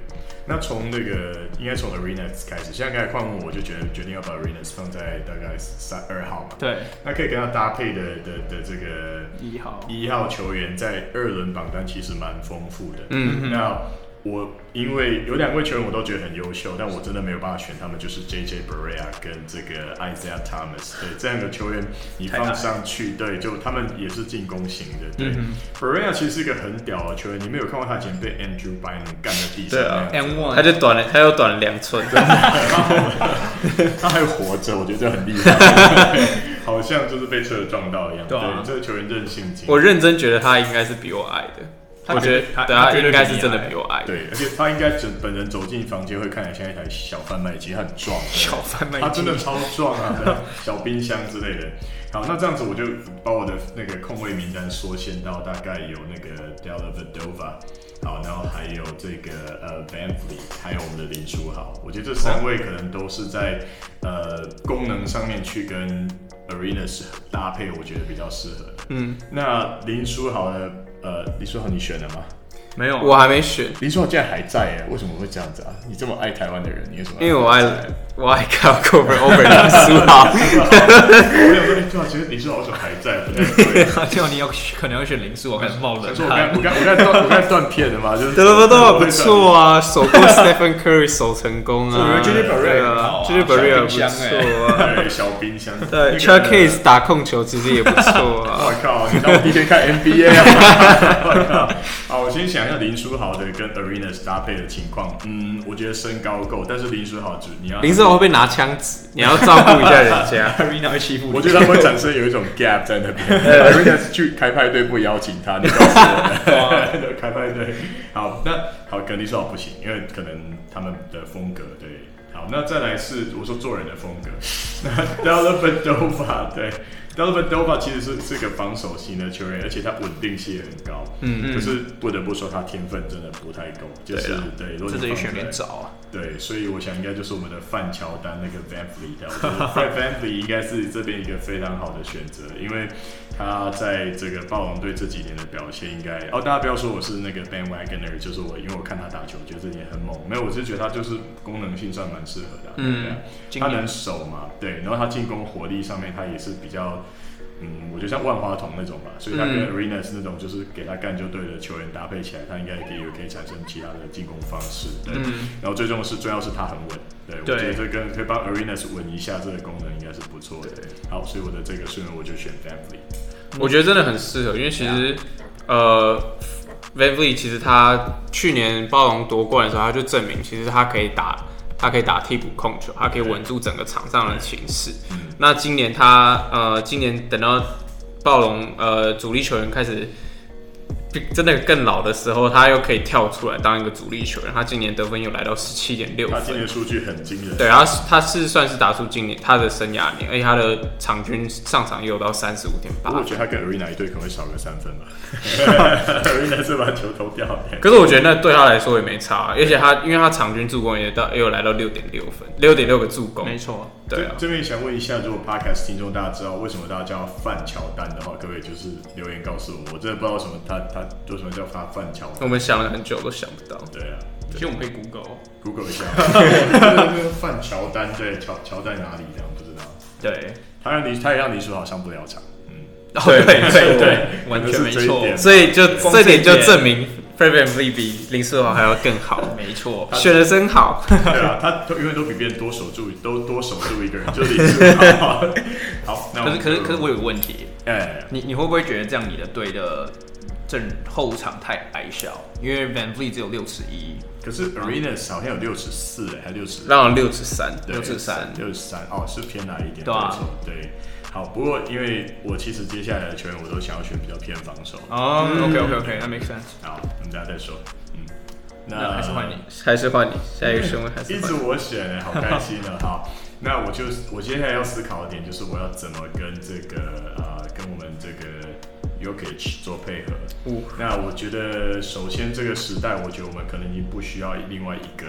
Speaker 2: 那从那个应该从 Arenas 开始，像刚才矿问我就觉得决定要把 Arenas 放在大概三二号嘛，
Speaker 1: 对，
Speaker 2: 那可以跟他搭配的的的这个
Speaker 1: 一号
Speaker 2: 一号球员在二轮榜单其实蛮丰富的。
Speaker 3: 嗯
Speaker 2: 嗯，那我因为有两位球员我都觉得很优秀，但我真的没有办法选他们，就是 J J Barea 跟这个 Isaiah Thomas。对，这两个球员你
Speaker 1: 太大
Speaker 2: 放上去，对，就他们也是进攻型的。对、b u r e a 其实是一个很屌的球员，你没有看过他以前被 Andrew Bynum 干在地上
Speaker 3: 对
Speaker 2: 那
Speaker 3: 啊
Speaker 2: 样，
Speaker 1: ，And One，
Speaker 3: 他就短了，他又短了两寸，
Speaker 2: 他还活着，我觉得这很厉害，好像就是被车撞到一样。
Speaker 1: 对啊
Speaker 2: 这个球员韧性惊人
Speaker 3: 我认真觉得他应该是比我矮的，
Speaker 1: 他
Speaker 3: 我觉得
Speaker 1: 绝他
Speaker 3: 对他
Speaker 1: 他绝对
Speaker 3: 应该
Speaker 1: 比
Speaker 3: 是
Speaker 1: 你
Speaker 3: 真的
Speaker 1: 矮
Speaker 3: 比我矮，
Speaker 2: 对，而且他应该整本人走进房间会看起来像一台小贩卖机，他很壮，
Speaker 1: 小贩卖机
Speaker 2: 他真的超壮啊， 对小冰箱之类的。好，那这样子我就把我的那个空位名单缩限到大概有那个 Della Vedova，好，然后还有这个呃 Van f l e e 还有我们的林书豪，我觉得这三位可能都是在呃功能上面去跟 Arenas 搭配，我觉得比较适合。嗯，那林书豪呢？呃，林书豪你选了吗？
Speaker 1: 没有
Speaker 3: 我还没啊选，
Speaker 2: 林书豪竟然还在耶？为什么会这样子啊？你这么爱台湾的人，你为什么还在？
Speaker 3: 因为我爱 我爱看 cover over 的苏豪，
Speaker 2: 我想说林书豪，其实林书豪为什么还在？不太 对。
Speaker 1: 他叫啊你要可能要选零四，我开始冒 冷
Speaker 2: 想说我刚
Speaker 1: 汗。
Speaker 2: 我刚我刚断我刚断片了嘛？就是
Speaker 3: 得了得了，不
Speaker 2: 啊。
Speaker 3: 错啊，守过 Stephen Curry 守成功
Speaker 2: 我觉
Speaker 3: 啊
Speaker 2: 得 Jimmy Butler
Speaker 3: 对
Speaker 2: 也很哎
Speaker 3: 啊
Speaker 2: 好啊
Speaker 3: ，Jimmy
Speaker 1: 小
Speaker 3: Butler
Speaker 1: 冰
Speaker 3: 不
Speaker 1: 箱
Speaker 3: 错啊，
Speaker 2: 对，小冰箱。
Speaker 3: 对 c h a r k a s 打控球其实也不错啊
Speaker 2: 我，靠！你当我第一天看 NBA 啊？我靠！好，我先想一下林书豪的跟 Arenas 搭配的情况。嗯，我觉得身高够，但是林书豪只你要
Speaker 3: 林志豪会被拿枪指，你要照顾一下人家。
Speaker 1: Arena 会欺负
Speaker 2: 我觉 得他会产生有一种 gap 在那边。人家去开派对不邀请他，你告诉我的开派啊对。好，那好，肯定说不行，因为可能他们的风格对。好，那再来是我说做人的风格。 那 d e l a v a d o v a 对 d e l a v a d o v a 其实是是个防守型的球员，而且他稳定性也很高。嗯，就是不得不说他天分真的不太够，就是
Speaker 3: 对啊
Speaker 2: 对，如果
Speaker 1: 这
Speaker 2: 你
Speaker 1: 得
Speaker 2: 放
Speaker 1: 选
Speaker 2: 在
Speaker 1: 点早啊。
Speaker 2: 对，所以我想应该就是我们的范乔丹那个 Van Fleet，我啊觉得 Fred Van Fleet 应该是这边一个非常好的选择，因为他在这个暴龙队这几年的表现应该哦，大家不要说我是那个 Ben Wagner，就是我，因为我看他打球，觉得这点很猛，没有，我是觉得他就是功能性算蛮适合的啊、对啊，
Speaker 1: 经
Speaker 2: 他
Speaker 1: 验
Speaker 2: 能守嘛，对，然后他进攻火力上面他也是比较。嗯，我觉得像万花筒那种吧，所以他
Speaker 1: 嗯
Speaker 2: 跟 Arenas 那种就是给他干就对的球员搭配起来，他应该也可以也可以产生其他的进攻方式，对。然后最重要是最要是他很稳，对，
Speaker 1: 嗯对
Speaker 2: 我觉得这跟可以帮 Arenas 稳一下这个功能应该是不错的。好，所以我的这个顺位我就选 Family。
Speaker 3: 我觉得真的很适合，因为其实
Speaker 2: 啊
Speaker 3: 呃，Van v l e 其实他去年暴龙夺冠的时候，他就证明其实他可以打，他可以打替补控球，他可以稳住整个场上的情势。
Speaker 2: 嗯
Speaker 3: 那今年他呃，今年等到暴龙呃主力球员开始。真的更老的时候，他又可以跳出来当一个主力球员。他今年得分又来到十七点六
Speaker 2: 他
Speaker 3: 分，
Speaker 2: 今年数据很惊人，
Speaker 3: 对，他是他是算是打出今年他的生涯年，而且他的场均上场也有到三十五点
Speaker 2: 不
Speaker 3: 八
Speaker 2: 过我觉得他跟 Arena 一队可能会少个三 分吧。Arena 是把球投掉的。
Speaker 3: 可是我觉得那对他来说也没差，而且他因为他场均助攻也到也有来到六点六分，六点六个助攻
Speaker 1: 没，错，
Speaker 3: 对啊，
Speaker 2: 这这边想问一下，如果 Podcast 听众大家知道为什么大家叫范乔丹的话，可不可以就是留言告诉我？我真的不知道为什么他他为什么叫他范乔丹。
Speaker 3: 我们想了很久都想不到。
Speaker 2: 对啊
Speaker 1: 其实我们可以 Google。
Speaker 2: ，Google 一下，范乔丹对乔乔在哪里？这样不知道。
Speaker 1: 对，
Speaker 2: 他让你他也让你说好上不了场，嗯，
Speaker 1: 哦
Speaker 3: 对
Speaker 1: 对对
Speaker 2: 对
Speaker 1: 对，完全没
Speaker 2: 可能是这一
Speaker 1: 错，
Speaker 2: 点
Speaker 3: 所以就
Speaker 1: 光
Speaker 3: 这点就
Speaker 1: 这一点
Speaker 3: 证明 f r e d v a n v l e 比林书豪还要更好，
Speaker 1: 没错。
Speaker 3: 选的真好。
Speaker 2: 对啊，他都永远都比别人多守住，都多守住一个人，就是林书豪。好，那
Speaker 1: 可是可是可是我
Speaker 2: 有
Speaker 1: 有个问题，
Speaker 2: 哎，
Speaker 1: 你你会不会觉得这样你的队的阵后场太矮小，因为 Van Vliet 只有六尺一，
Speaker 2: 可是 Arenas 好像有六十四哎，还六十
Speaker 3: 让六十三，
Speaker 1: 六尺三
Speaker 2: 六十三哦，是偏矮一点，
Speaker 1: 对啊
Speaker 2: 对不起对。好，不过因为我其实接下来的球员我都想要选比较偏防守，
Speaker 1: 哦、o k OK OK，那 make sense。
Speaker 2: 好，我们大家再说，嗯，
Speaker 1: 那还是换你。
Speaker 3: 还是换你下一个身位，还
Speaker 2: 一
Speaker 3: 是
Speaker 2: 直
Speaker 3: 换你
Speaker 2: 我选、欸，好开心啊！好，那我就我接下来要思考的点就是我要怎么跟这个呃跟我们这个 Yokich 做配合。
Speaker 3: 哦
Speaker 2: 那我觉得首先这个时代，我觉得我们可能已经不需要另外一个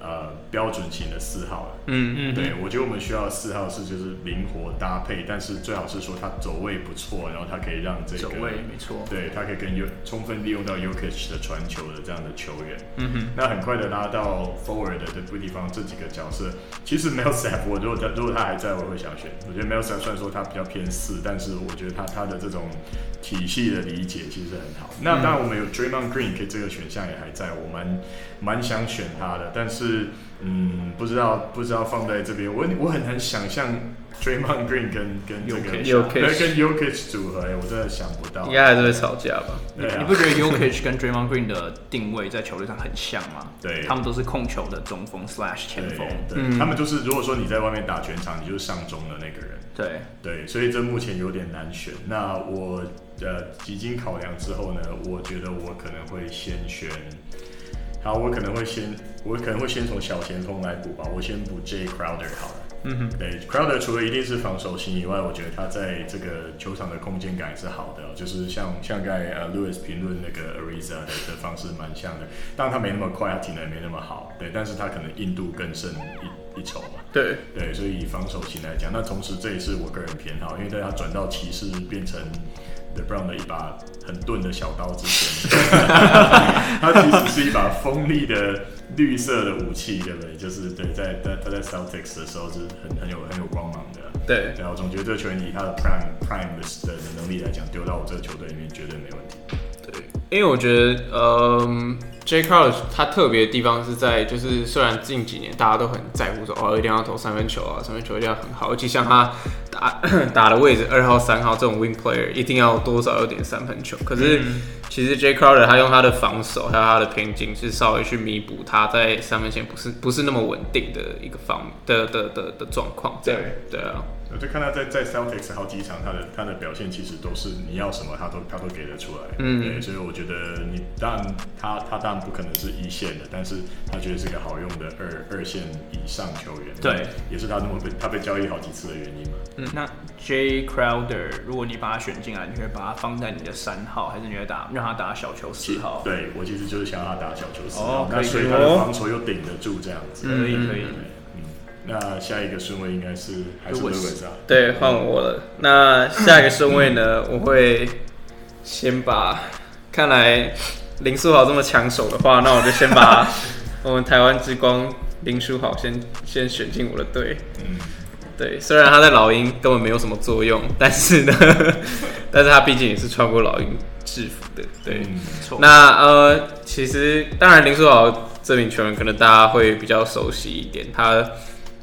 Speaker 2: 呃标准型的四号了。
Speaker 3: 嗯嗯，
Speaker 2: 对，我觉得我们需要的四号是就是灵活搭配，但是最好是说他走位不错，然后他可以让这个
Speaker 1: 走位没错，
Speaker 2: 对他可以跟 U 充分利用到 Yokich 的传球的这样的球员。嗯哼，那很快的拉到 forward 的这部地方这几个角色，其实 m e l s a p 我如果他如果他还在，我会想选。我觉得 m e l s a p 虽然说他比较偏四，但是我觉得他他的这种体系的理解其实很好。
Speaker 1: 嗯
Speaker 2: 那当然我们有 Draymond Green 可以这个选项也还在，我蛮蛮想选他的，但是嗯，不知道不知道放在这边，我我很难想象 Draymond Green 跟跟这个
Speaker 1: Jokic
Speaker 2: 跟 Yokich 组合、哎我真的想不到
Speaker 3: 应。该还是会吵架吧？
Speaker 2: 对啊
Speaker 1: 你不觉得 Yokich 跟 Draymond Green 的定位在球队上很像吗？
Speaker 2: 对
Speaker 1: 他们都是控球的中锋 slash 前锋。嗯
Speaker 2: 对，对他们就是如果说你在外面打全场，你就是上中的那个人。
Speaker 1: 对，
Speaker 2: 对，所以这目前有点难选。那我呃几经考量之后呢，我觉得我可能会先选，好，我可能会先，我可能会先从小前锋来补吧，我先补 J Crowder 好了。嗯哼，对，Crowder 除了一定是防守型以外，我觉得他在这个球场的空间感也是好的哦，就是像像刚才呃 Lewis 评论那个 Ariza 的的方式蛮像的，当然他没那么快，他体能也没那么好，对，但是他可能硬度更胜一一筹嘛。
Speaker 3: 对，
Speaker 2: 对，所以以防守型来讲，那同时这也是我个人偏好，因为在他转到骑士变成 LeBron 的一把很钝的小刀之前， 他其实是一把锋利的绿色的武器，对不对？就是对，在在他在 Celtics 的时候是很很有很有光芒的。
Speaker 3: 对
Speaker 2: 然后总觉得这个球员以他的 prime prime 的的能力来讲，丢到我这个球队里面绝对没问题。
Speaker 3: 对，因为我觉得，嗯，J. Carl 他特别的地方是在，就是虽然近几年大家都很在乎说，哦，一定要投三分球啊，三分球一定要很好，而且像他打 打的位置二号、三号这种 wing player，一定要多少有点三分球。可是、其实 J. Crowder 他用他的防守还有他的瓶颈，是稍微去弥补他在三分线不是不是那么稳定的一个方的的的的状况。这样对啊，
Speaker 2: 我就看他在在 Celtics 好几场，他的他的表现其实都是你要什么他都他都给得出来，嗯，对，所以我觉得你当然他他当然不可能是一线的，但是他绝对是个好用的二二线以上球员，
Speaker 1: 对，
Speaker 2: 也是他那么被他被交易好几次的原因嘛。
Speaker 1: 嗯，那 J Crowder，如果你把他选进来，你会把他放在你的三号，还是你会打让他打小球四号？
Speaker 2: 对我其实就是想要他打小球四
Speaker 1: 哦
Speaker 2: 号，那
Speaker 1: 可以
Speaker 2: 所以
Speaker 1: 可以
Speaker 2: 他的
Speaker 3: 哦
Speaker 2: 防守又顶得住这样子，
Speaker 1: 可以可以
Speaker 2: 对，嗯，那下一个顺位应该是还是
Speaker 1: Lewis
Speaker 2: Lewis 啊，
Speaker 3: 对，换我了。那下一个顺位呢？我会先把，看来林书豪这么抢手的话，那我就先把我们台湾之光林书豪先先选进我的队。
Speaker 2: 嗯，
Speaker 3: 对，虽然他在老鹰根本没有什么作用，但是呢， 但是他毕竟也是穿过老鹰制服的。对，
Speaker 2: 嗯
Speaker 1: 没错。
Speaker 3: 那呃，其实当然林书豪这名球员可能大家会比较熟悉一点，他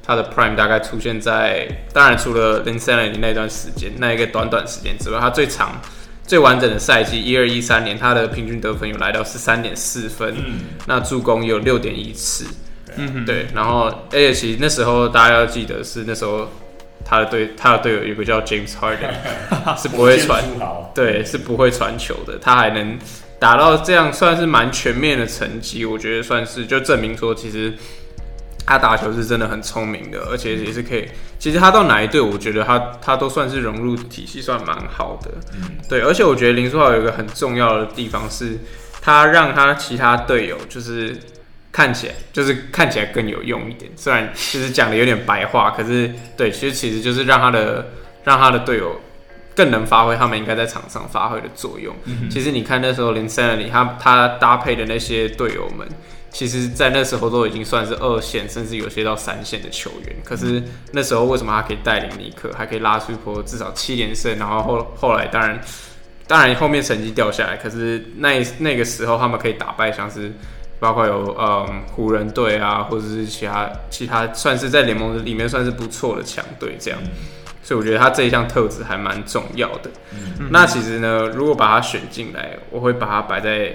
Speaker 3: 他的 prime 大概出现在，当然除了零三年那段时间那一个短短时间之外，他最长最完整的赛季一二一三年，他的平均得分有来到十三点四分，那助攻有六点一次，嗯，对，然后而且其实那时候大家要记得是那时候他的队他的队友有一个叫 James Harden 是不会传
Speaker 2: 火箭。富豪，
Speaker 3: 对，是不会传球的，他还能打到这样算是蛮全面的成绩，我觉得算是就证明说，其实他打球是真的很聪明的，而且也是可以。其实他到哪一队，我觉得他他都算是融入体系，算蛮好的。对，而且我觉得林书豪有一个很重要的地方是，他让他其他队友就是看起来就是看起来更有用一点，虽然就是讲的有点白话，可是对，其实其实就是让他的让他的队友更能发挥他们应该在场上发挥的作用。其实你看那时候林森里他他搭配的那些队友们。其实，在那时候都已经算是二线，甚至有些到三线的球员。可是那时候为什么他可以带领尼克，还可以拉出一波至少七连胜？然后后后来当然当然后面成绩掉下来，可是那一那个时候他们可以打败像是包括有嗯湖人队啊，或者是其他其他算是在联盟里面算是不错的强队这样。所以我觉得他这一项特质还蛮重要的。那其实呢，如果把他选进来，我会把他摆在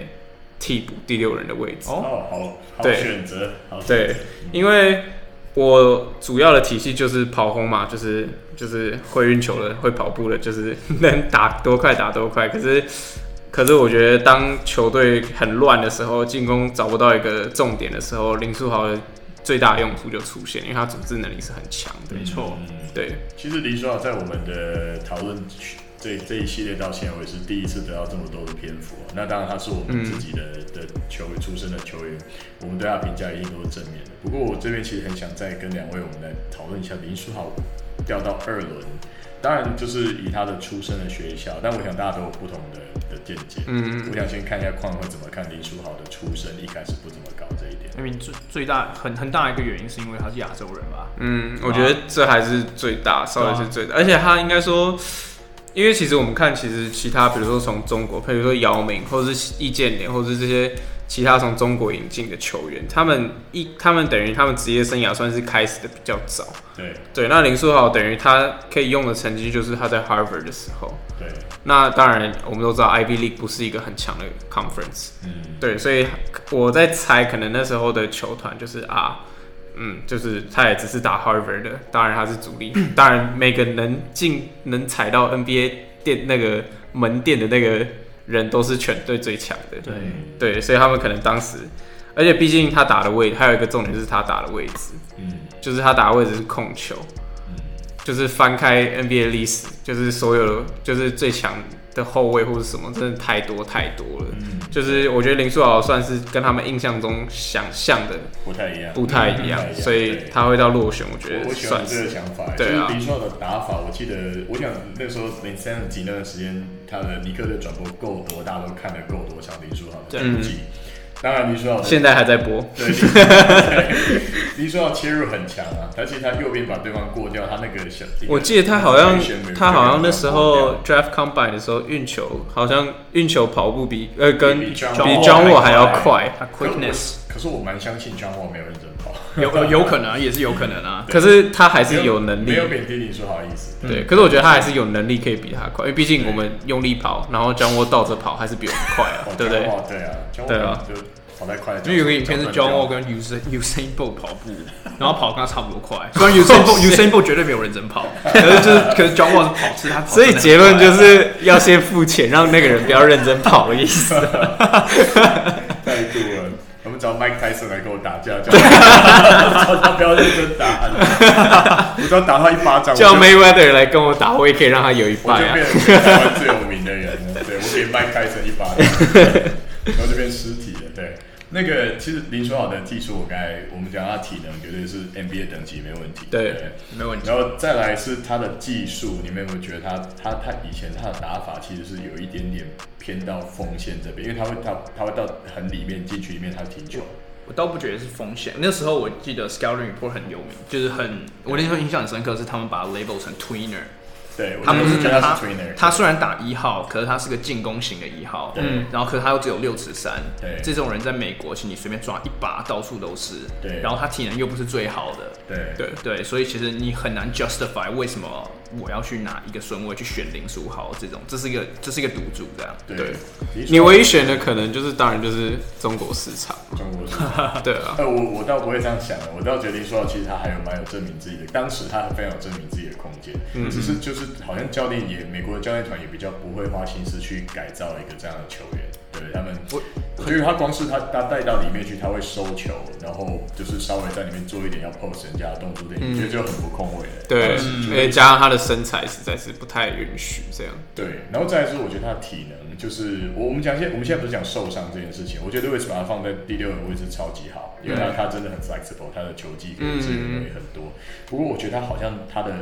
Speaker 3: 替补第六人的位置。
Speaker 1: 哦
Speaker 2: 哦，好好
Speaker 3: 对
Speaker 2: 选择，好选择
Speaker 3: 对，因为我主要的体系就是跑轰嘛，就是就是会运球的，会跑步的，就是能打多快打多快。可是可是我觉得当球队很乱的时候，进攻找不到一个重点的时候，林书豪的最大用处就出现，因为他组织能力是很强的。
Speaker 1: 没错，
Speaker 2: 嗯
Speaker 3: 对，
Speaker 2: 其实林书豪在我们的讨论区这这一系列到现在为止，第一次得到这么多的篇幅啊、那当然，他是我们自己的、的球出身的球员，我们对他的评价一定都是正面的。不过我这边其实很想再跟两位我们来讨论一下林书豪掉到二轮，当然就是以他的出身的学校，但我想大家都有不同的的见解。
Speaker 3: 嗯
Speaker 2: 我想先看一下矿会怎么看林书豪的出身，一开始不怎么搞这一点。
Speaker 1: 那边最最大很很大一个原因是因为他是亚洲人吧？
Speaker 3: 嗯，我觉得这还是最大，稍微是最大，而且他应该说，因为其实我们看，其实其他比如说从中国，比如说姚明，或者是易建联，或者是这些其他从中国引进的球员，他们一他们等于他们职业生涯算是开始的比较早。
Speaker 2: 对
Speaker 3: 对，那林书豪等于他可以用的成绩就是他在 Harvard 的时候。
Speaker 2: 对，
Speaker 3: 那当然，我们都知道 Ivy League 不是一个很强的 conference，
Speaker 2: 嗯，
Speaker 3: 对，所以我在猜，可能那时候的球团就是啊，嗯，就是他也只是打 Harvard 的，当然他是主力，当然每个能进能踩到 NBA 店那个门店的那个人都是全队最强的，
Speaker 1: 对，
Speaker 3: 对，所以他们可能当时，而且毕竟他打的位，还有一个重点就是他打的位置，
Speaker 2: 嗯
Speaker 3: 就是他打的位置是控球，就是翻开 NBA 历史，就是所有的就是最强的后卫或者什么，真的太多太多了。
Speaker 2: 嗯，
Speaker 3: 就是我觉得林书豪算是跟他们印象中想象的
Speaker 2: 不太一样，
Speaker 3: 不太一样
Speaker 2: 嗯不太，一样
Speaker 3: 所以
Speaker 2: 对
Speaker 3: 他会到落选，我觉
Speaker 2: 我
Speaker 3: 得
Speaker 2: 我喜
Speaker 3: 算
Speaker 2: 欢你这
Speaker 3: 是
Speaker 2: 个想法，
Speaker 3: 对啊
Speaker 2: 就是林书豪的打法，我记得，我想那时候 Insanity 那段时间，他的尼克的转播够多，大家都看了够多场林书豪的成绩。当然，林书豪的
Speaker 3: 现在还在播，
Speaker 2: 对林书豪对 林书豪切入很强啊，而且他右边把对方过掉，他那个小，
Speaker 3: 我记得他好像他好像那时
Speaker 2: 过
Speaker 3: 候
Speaker 2: 掉
Speaker 3: draft combine 的时候运球，好像运球跑步比呃跟
Speaker 2: 比
Speaker 3: 比
Speaker 2: John
Speaker 3: John
Speaker 1: Wall
Speaker 3: Wall 还要
Speaker 1: 还
Speaker 3: 快，
Speaker 1: 他
Speaker 2: 可我
Speaker 1: quickness
Speaker 2: 可是我蛮相信 John Wall 没有认真 跑，
Speaker 1: 有有可能啊也是有可能啊。
Speaker 3: 可是他还是有能
Speaker 2: 没
Speaker 3: 力
Speaker 2: 有。贬低林书豪的意思。
Speaker 3: 对，可是我觉得他还是有能力可以比他快，因为毕竟我们用力跑，然后 John Wall 倒着跑还是比我们快啊
Speaker 2: 哦，
Speaker 3: 对不对
Speaker 2: John？Wall，对啊，John Wall
Speaker 3: 对啊
Speaker 2: 就跑太快了。
Speaker 1: 因为有个影片是 John
Speaker 2: 脚断
Speaker 1: Wall
Speaker 2: 掉
Speaker 1: 跟 Usain Usain Bolt 跑步，然后跑跟他差不多快。虽然 Usain Bolt Usain Bolt 绝对没有认真跑，可是就是可是 John Wall 是跑是他跑。
Speaker 3: 所以结论就，是要先付钱，让那个人不要认真跑的意 思。
Speaker 2: 太酷了！我们找 Mike Tyson 来跟我 打架，叫他叫他不要认真打，我只要打他一巴掌，
Speaker 3: 叫
Speaker 2: 我就
Speaker 3: Mayweather 来跟我打，我也可以让他有一
Speaker 2: 我
Speaker 3: 半
Speaker 2: 就
Speaker 3: 啊
Speaker 2: 变。成全台湾最有名的人了。对，我给 Mike Tyson 一巴掌， 然后就变尸体了。对，那个其实林书豪的技术，我刚才我们讲他体能绝对是 NBA 等级没问题。
Speaker 3: 对
Speaker 1: 没问题。
Speaker 2: 然后再来是他的技术，你们有没有觉得他他他以前他的打法其实是有一点点偏到锋线这边，因为他会他他会到很里面禁区里面他停球，
Speaker 1: 我倒不觉得是风险。那时候我记得 Scouting Report 很有名，就是很我那时候印象很深刻是他们把他 label 成 tweener，
Speaker 2: 对，
Speaker 1: 他不是
Speaker 2: 觉
Speaker 1: 觉得
Speaker 2: 得他
Speaker 1: 他
Speaker 2: 是 trainer，
Speaker 1: 他虽然打一号，可是他是个进攻型的一号，
Speaker 2: 对
Speaker 1: 嗯，然后可是他又只有六尺三，
Speaker 2: 对
Speaker 1: 这种人在美国，其实你随便抓一把到处都是，
Speaker 2: 对
Speaker 1: 然后他体能又不是最好的，
Speaker 2: 对
Speaker 3: 对，
Speaker 1: 对，所以其实你很难 justify 为什么我要去拿一个顺位去选林书豪这种，这是一个这是一个赌注这样。
Speaker 2: 对
Speaker 3: 对，
Speaker 2: 林书
Speaker 3: 你
Speaker 2: 豪
Speaker 3: 唯一选的可能就是，当然就是中国市场。
Speaker 2: 中国是。
Speaker 3: 对啊，
Speaker 2: 呃，我我倒不会这样想的，我倒觉得林书豪其实他还有蛮有证明自己的，当时他非常有证明自己的空间，只是就是好像教练也美国的教练团也比较不会花心思去改造一个这样的球员，对他们，我我觉得他光是他他带到里面去，他会收球，然后就是稍微在里面做一点要 pose 人家的动作，对，你觉得就很不空位了，
Speaker 3: 对，
Speaker 2: 嗯
Speaker 3: 而且加上他的身材实在是不太允许这样。
Speaker 2: 对，然后再来是我觉得他的体能，就是我我们讲现在我们现在不是讲受伤这件事情，我觉得为什么他放在第六个位置超级好，因为他他真的很 flexible，他的球技跟资源也很多。不过我觉得他好像他的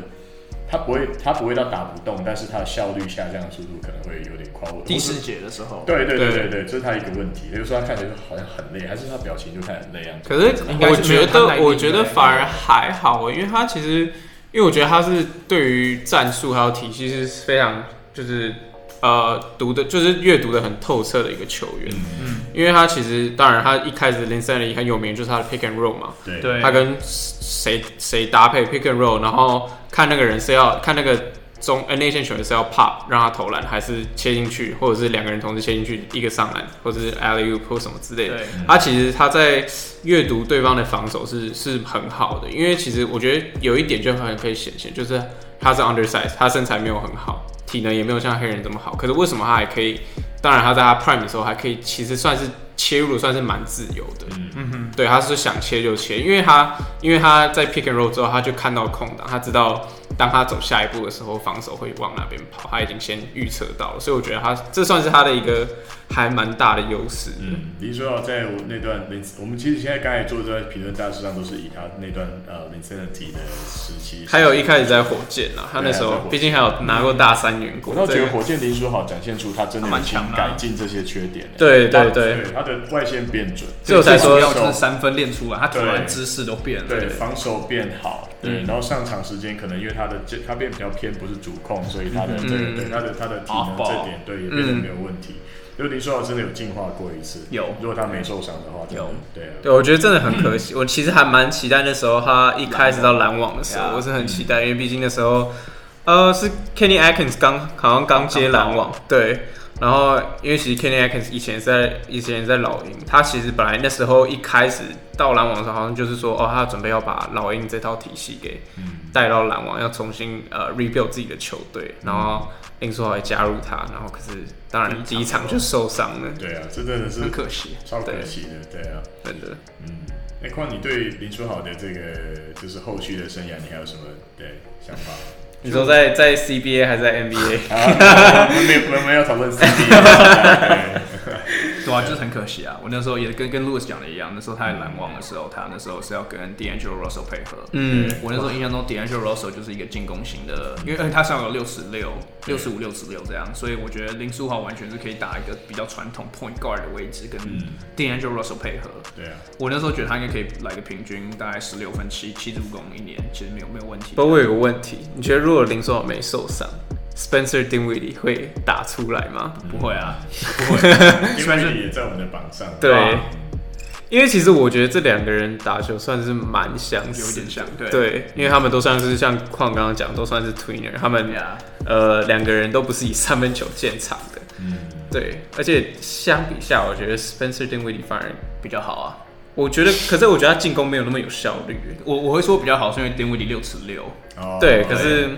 Speaker 2: 他不会他不会到打不动，但是他的效率下降的速度可能会有点快。我
Speaker 1: 第
Speaker 2: 我
Speaker 1: 四
Speaker 2: 是
Speaker 1: 节的时候，
Speaker 2: 对对对
Speaker 3: 对
Speaker 2: 对对，这是他一个问题。比如说他看起来就好像很累，还是他表情就看起来很累样子。
Speaker 3: 可是
Speaker 1: 应该
Speaker 3: 我
Speaker 1: 是没
Speaker 3: 觉
Speaker 1: 有他耐
Speaker 3: 得，
Speaker 1: 力
Speaker 3: 我觉得反而还好欸，因为他其实，因为我觉得他是对于战术还有体系是非常就是呃读的，就是阅读的很透彻的一个球员。嗯，因为他其实当然他一开始零三年很有名，就是他的 pick and roll 嘛。
Speaker 2: 对
Speaker 1: 对
Speaker 3: 他跟谁谁搭配 pick and roll，然后看那个人是要看那个中呃内线球员是要 pop 让他投篮，还是切进去，或者是两个人同时切进去，一个上篮，或者是 alley oop 或什么之类的
Speaker 1: 对。
Speaker 3: 他其实他在阅读对方的防守是是很好的，因为其实我觉得有一点就很可以显现，就是他是 undersize，他身材没有很好，体能也没有像黑人这么好，可是为什么他还可以？当然他在他 prime 的时候还可以，其实算是切入算是蛮自由的。
Speaker 2: 嗯
Speaker 3: 对，他是想切就切，因为他因为他在 pick and roll 之后，他就看到空档，他知道当他走下一步的时候，防守会往哪边跑，他已经先预测到了，所以我觉得他这算是他的一个还蛮大的优势。
Speaker 2: 嗯，林书豪在我那段林，我们其实现在刚才做这段评论，大致上都是以他那段呃林 i n t y 的时期。
Speaker 3: 还有一开始在火箭啊，他那时
Speaker 2: 对啊
Speaker 3: 候
Speaker 2: 在火箭
Speaker 3: 毕竟还有拿过大三元
Speaker 2: 我
Speaker 3: 过，
Speaker 2: 倒觉
Speaker 3: 这
Speaker 2: 得
Speaker 3: 个
Speaker 2: 火箭林书豪展现出他真
Speaker 1: 他
Speaker 2: 的有
Speaker 1: 蛮
Speaker 2: 去
Speaker 1: 强的啊
Speaker 2: 改进这些缺点。
Speaker 3: 对对
Speaker 2: 他
Speaker 3: 对，
Speaker 2: 他的外线变准，
Speaker 3: 所以我才
Speaker 1: 最主
Speaker 3: 说
Speaker 1: 要就是三分练出来，他投篮
Speaker 2: 对
Speaker 1: 姿势都变了。
Speaker 2: 对，防守变好，对，然后上场时间可能因为他的这他变比较偏不是主控，所以他的这个对他的他的体
Speaker 1: Off
Speaker 2: 能
Speaker 1: ball
Speaker 2: 这点对也变得没有问题。就是林书豪真的有进化过一次，
Speaker 1: 有
Speaker 2: 如果他没受伤的话，真的
Speaker 1: 有
Speaker 2: 对啊，
Speaker 3: 对，我觉得真的很可惜。我其实还蛮期待那时候他一开始到篮网的时
Speaker 1: 篮
Speaker 3: 候，
Speaker 1: 网
Speaker 3: 我是很期待，因为毕竟那时候，呃，是 Kenny Atkins 刚好像刚接篮网，对。然后因为其实 Kenny Atkins 以前是在以前是在老鹰，他其实本来那时候一开始到篮网的时候，好像就是说哦，他准备要把老鹰这套体系给带到篮网，要重新呃 rebuild 自己的球队。然后林书豪也加入他，然后可是当然第一场就受伤了，
Speaker 2: 对啊，这真的是
Speaker 1: 很可惜。
Speaker 2: 超可惜的，对啊。
Speaker 3: 真的。
Speaker 2: 嗯，那况你对林书豪的这个就是后续的生涯，你还有什么对想法？
Speaker 3: 你说在在 CBA 还是在 NBA？
Speaker 2: 啊，我们没有，我们没有讨论 CBA。
Speaker 1: 对啊，就是很可惜啊！我那时候也跟跟 Louis 讲的一样，那时候他在篮网的时候，他那时候是要跟 D'Angelo Russell 配合。
Speaker 3: 嗯，
Speaker 1: 我那时候印象中 D'Angelo Russell 就是一个进攻型的，因为而且他上有六十六、六十五、六十六这样，所以我觉得林书豪完全是可以打一个比较传统 point guard 的位置，跟 D'Angelo Russell 配合。
Speaker 2: 对啊，
Speaker 1: 我那时候觉得他应该可以来个平均大概十六分七七助攻一年，其实没有没有问题。
Speaker 3: 不过我有个问题，你觉得如果林书豪没受伤，Spencer Dinwiddie 会打出来吗？
Speaker 1: 不会啊，
Speaker 2: 因为你也在我们的榜上。
Speaker 3: 对
Speaker 2: 啊
Speaker 3: 因为其实我觉得这两个人打球算是蛮相似的，
Speaker 1: 有点像对
Speaker 3: 因为他们都算是像矿刚刚讲，都算是 tweener，他们
Speaker 1: 对啊，
Speaker 3: 呃两个人都不是以三分球见长的，对，而且相比下，我觉得 Spencer Dinwiddie 反而，
Speaker 1: 比较好啊。
Speaker 3: 我觉得，可是我觉得他进攻没有那么有效率，
Speaker 1: 我我会说比较好，是因为 Dinwiddie 六尺六，
Speaker 2: 哦
Speaker 3: 对，可是，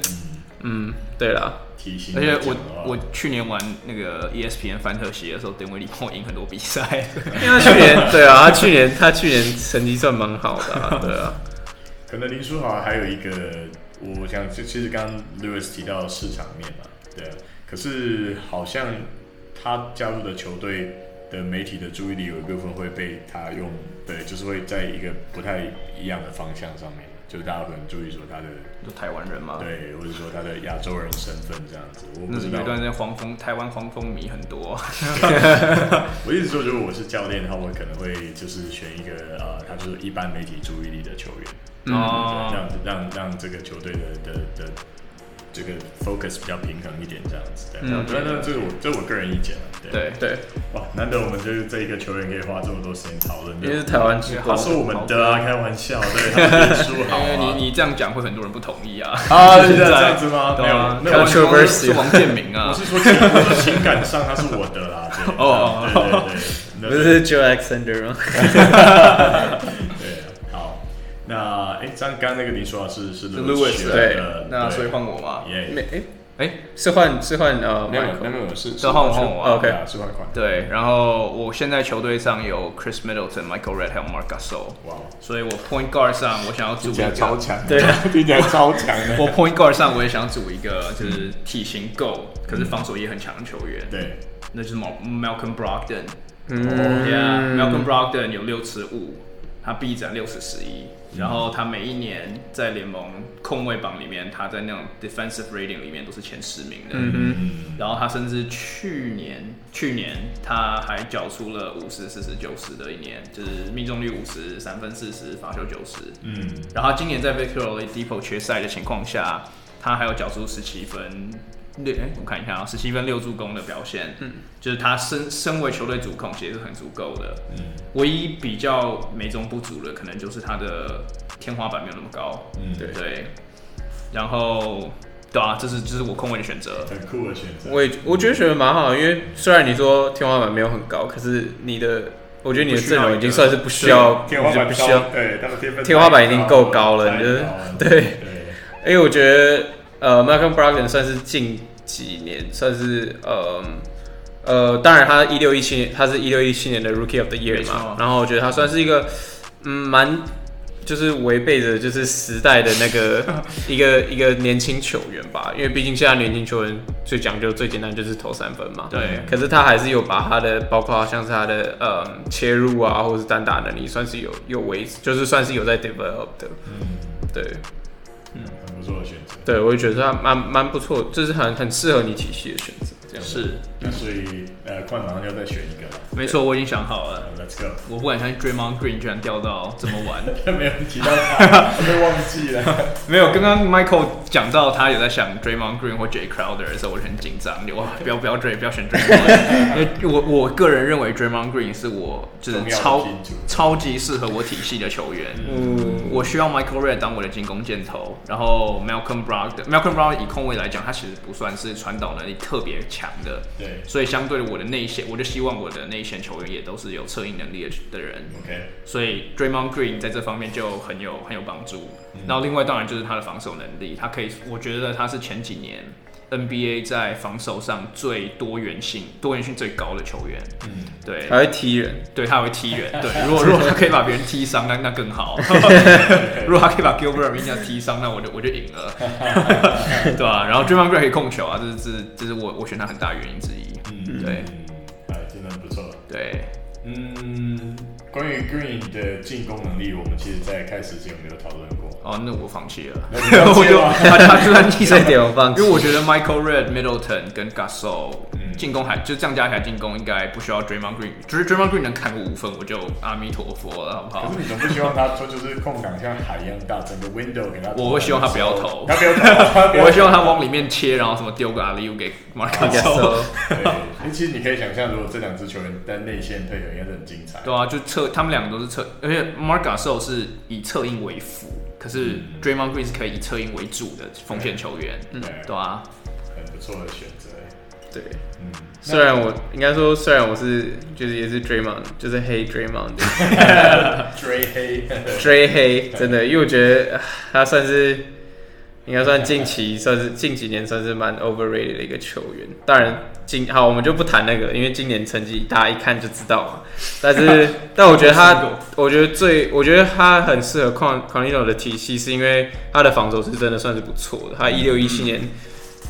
Speaker 3: 嗯，对啦，
Speaker 2: 体型
Speaker 1: 而
Speaker 2: 来
Speaker 1: 且
Speaker 2: 讲的啊
Speaker 1: 我
Speaker 2: 话，
Speaker 1: 我去年玩那个 E ESPN 范特西的时候，丁威利帮我赢很多比赛。
Speaker 3: 因为他去年对啊，他去年他去年成绩算蛮好的、啊，对 啊，
Speaker 2: 可能林书豪还有一个，我想就其实刚刚 Lewis 提到市场面嘛，对啊，可是好像他加入的球队的媒体的注意力有一部分会被他用，对，就是会在一个不太一样的方向上面，就是大家可能注意说他的
Speaker 1: 就台湾人嘛，
Speaker 2: 对，或者说他的亚洲人身份这样子，我不
Speaker 1: 哦那
Speaker 2: 知
Speaker 1: 是有
Speaker 2: 道
Speaker 1: 一。段时间黄蜂，台湾黄蜂迷很多。
Speaker 2: 我一直说，如果我是教练的话，我可能会就是选一个呃，他就是一般媒体注意力的球员，
Speaker 1: 哦
Speaker 2: 让让让这个球队的的的这个 focus 比较平衡一点，这样子。对，那、那这是我这是我个人意见了。对，
Speaker 1: 嗯对，
Speaker 3: 对，
Speaker 2: 哇，难得我们就是这一个球员可以花这么多时间讨论，
Speaker 3: 因为是台湾之
Speaker 2: 他
Speaker 3: 光，
Speaker 2: 说我们的啊，开玩笑，对，他们输好
Speaker 1: 因为
Speaker 2: 啊
Speaker 1: 你。你这样讲会很多人不同意啊。
Speaker 2: 啊，是这样子吗？没
Speaker 1: 对啊
Speaker 2: 有，没有，我
Speaker 1: 是王
Speaker 3: Controversy
Speaker 1: 是王建民
Speaker 2: 我
Speaker 1: 啊。
Speaker 2: 是说情，我是说情感上他是我的啦。对
Speaker 1: 哦
Speaker 2: 对对对，那
Speaker 3: 不是 Joe Alexander 吗？
Speaker 2: 对，好，那哎，刚刚那个你说的是是
Speaker 1: Lewis，
Speaker 2: 选
Speaker 3: 对
Speaker 2: 的，
Speaker 1: 那所以换我嘛。
Speaker 3: 没，
Speaker 2: 耶，
Speaker 3: 哎、
Speaker 1: 哎，
Speaker 3: 是换是换呃
Speaker 2: 没有
Speaker 3: Michael，
Speaker 2: 没有没有是
Speaker 1: 这换我换我啊。
Speaker 3: OK
Speaker 2: 对啊是换款，
Speaker 1: 对，然后我现在球队上有 Chris Middleton、Michael Red 还有 Mark Gasol，
Speaker 2: 哇哦，
Speaker 1: 所以我 point guard 上我想要组
Speaker 2: 听
Speaker 1: 一
Speaker 2: 起来
Speaker 1: 个
Speaker 2: 超强，
Speaker 3: 对啊，
Speaker 2: 听起来超强 的，
Speaker 1: 我 point guard 上我也想组一个，就是体型够，可是防守也很强的球员。，
Speaker 2: 对，
Speaker 1: 那就是 Mal- Malcolm Brogdon。Oh,
Speaker 3: 嗯
Speaker 1: Yeah，Malcolm Brogdon 有六尺五，他臂展六尺十一，然后他每一年在联盟控卫榜里面，他在那种 defensive rating 里面都是前十名的。
Speaker 2: 嗯，
Speaker 1: 然后他甚至去年，去年他还缴出了五十、四十、九十的一年，就是命中率五十，三分四十，罚球九十。
Speaker 2: 嗯，
Speaker 1: 然后今年在 Victor Oladipo 缺赛的情况下，他还有缴出十七分六，哎，我看一下啊，十七分六助攻的表现，嗯，就是他身身为球队主控，其实是很足够的。嗯，唯一比较美中不足的，可能就是他的天花板没有那么高。
Speaker 2: 嗯
Speaker 1: 对。然后对啊，这是这是我控卫的选择。
Speaker 2: 很酷的选择。
Speaker 3: 我也我觉得选的蛮好，因为虽然你说天花板没有很高，可是你的我觉得你的阵容已经算是不需要，
Speaker 2: 天花
Speaker 3: 就
Speaker 2: 板
Speaker 3: 不需要
Speaker 2: 高，对，他们天分
Speaker 3: 天花板已经够高了
Speaker 2: 太
Speaker 3: 你就是
Speaker 2: 高了
Speaker 3: 对
Speaker 2: 对。
Speaker 3: 哎、我觉得呃，Malcolm Brogdon 算是近几年算是呃呃，当然他一六一七年，他是一六一七年的 Rookie of the
Speaker 1: 没
Speaker 3: Year
Speaker 1: 错
Speaker 3: 嘛，然后我觉得他算是一个嗯蛮就是违背着就是时代的那个 一个一个年轻球员吧，因为毕竟现在年轻球员最讲究最简单就是投三分嘛，
Speaker 1: 对，
Speaker 3: 可是他还是有把他的，包括像是他的呃切入啊，或者是单打能力，算是有有维，就是算是有在 develop 的。对，
Speaker 2: 嗯很不错的选择。
Speaker 3: 对我也觉得他蛮蛮不错，就是很很适合你体系的选择。这样
Speaker 1: 是
Speaker 2: 那所以呃，快马上就要再选一个了。
Speaker 1: 没错，我已经想好了。
Speaker 2: 呃 Let's go，
Speaker 1: 我不敢相信 Draymond Green 居然掉到这么晚。
Speaker 2: 没有人提到他，我被忘记 了。
Speaker 1: 没有，刚刚 Michael 讲到他有在想 Draymond Green 或 Jay Crowder 的时候，我就很紧张，就哇，不要不要追，不要选 Draymond，因为 我我个人认为 Draymond Green 是我就是
Speaker 2: 重要的
Speaker 1: 超
Speaker 2: 进驻
Speaker 1: 超级适合我体系的球员。
Speaker 3: 嗯，
Speaker 1: 我需要 Michael Red 当我的进攻箭头，然后 Malcolm Brogdon，Malcolm Brogdon 以控卫来讲，他其实不算是传导能力特别强的，
Speaker 2: 对
Speaker 1: 所以相对的我的内线，我就希望我的内线球员也都是有策应能力的的人。
Speaker 2: ，OK，
Speaker 1: 所以 Draymond Green 在这方面就很有很有帮助。然后另外当然就是他的防守能力，他可以，我觉得他是前几年 NBA 在防守上最多元性、多元性最高的球员。
Speaker 2: 嗯，
Speaker 1: 对，
Speaker 3: 还会踢人，
Speaker 1: 对，他还会踢人。对，如果如果他可以把别人踢伤，那那更好。 如果他可以把 Gilbert 明天踢伤，那我就我就赢了，对吧、然后 Draymond Green 可以控球啊，这是这是这是我我选他很大的原因之一。
Speaker 2: 嗯，
Speaker 1: 对
Speaker 2: 哎，真的不错。
Speaker 1: 对，
Speaker 2: 嗯，关于 Green 的进攻能力，我们其实在开始之前没有讨论过。
Speaker 1: 哦，那我放弃 了，
Speaker 2: 那你放
Speaker 1: 啊我
Speaker 2: 弃
Speaker 1: 就
Speaker 2: 了
Speaker 1: 他他就算 踢
Speaker 3: 这
Speaker 1: 伤
Speaker 3: 一点我放
Speaker 1: 因为
Speaker 3: 弃。
Speaker 1: 我觉得 Michael Red、Middleton 跟 Gasol
Speaker 2: 嗯
Speaker 1: 进攻还就这样加起来进攻应该不需要 Draymond Green，只是 Draymond Green 能砍个五分，我就阿弥陀佛了，好不好
Speaker 2: 可？是你总不希望他说就是空档像海一样大，整个 window 给他投的时候。
Speaker 1: 我会希望他不要投
Speaker 2: 他不要投，他
Speaker 3: 嗯
Speaker 2: 不要投
Speaker 1: 我 会希望他往里面切，然后什么丢个阿里 u 给 Mark Gasol，
Speaker 2: 对，其实你可以想象，如果这两支球员在内线配合，应该是很精彩。
Speaker 1: 对啊，就侧他们两个都是侧，而且 Mark Gasol 是以侧应为辅，可是
Speaker 3: 嗯
Speaker 1: Draymond Green 是可以以侧应为主的锋线球员，嗯
Speaker 2: 对，
Speaker 1: 对啊，
Speaker 2: 很不错的选择。
Speaker 3: 对，
Speaker 2: 嗯，
Speaker 3: 虽然我应该说，虽然我是就是也是 Draymond，就是黑 Draymond 的
Speaker 2: 追黑，
Speaker 3: 追黑，真的，因为我觉得啊他算是应该算近期算是近几年算是蛮 overrated 的一个球员。当然，今好我们就不谈那个，因为今年成绩大家一看就知道嘛。但是，但我觉得他，我觉得最，我觉得他很适合 Con Conino 的体系，是因为他的防守是真的算是不错的。他一六一七年。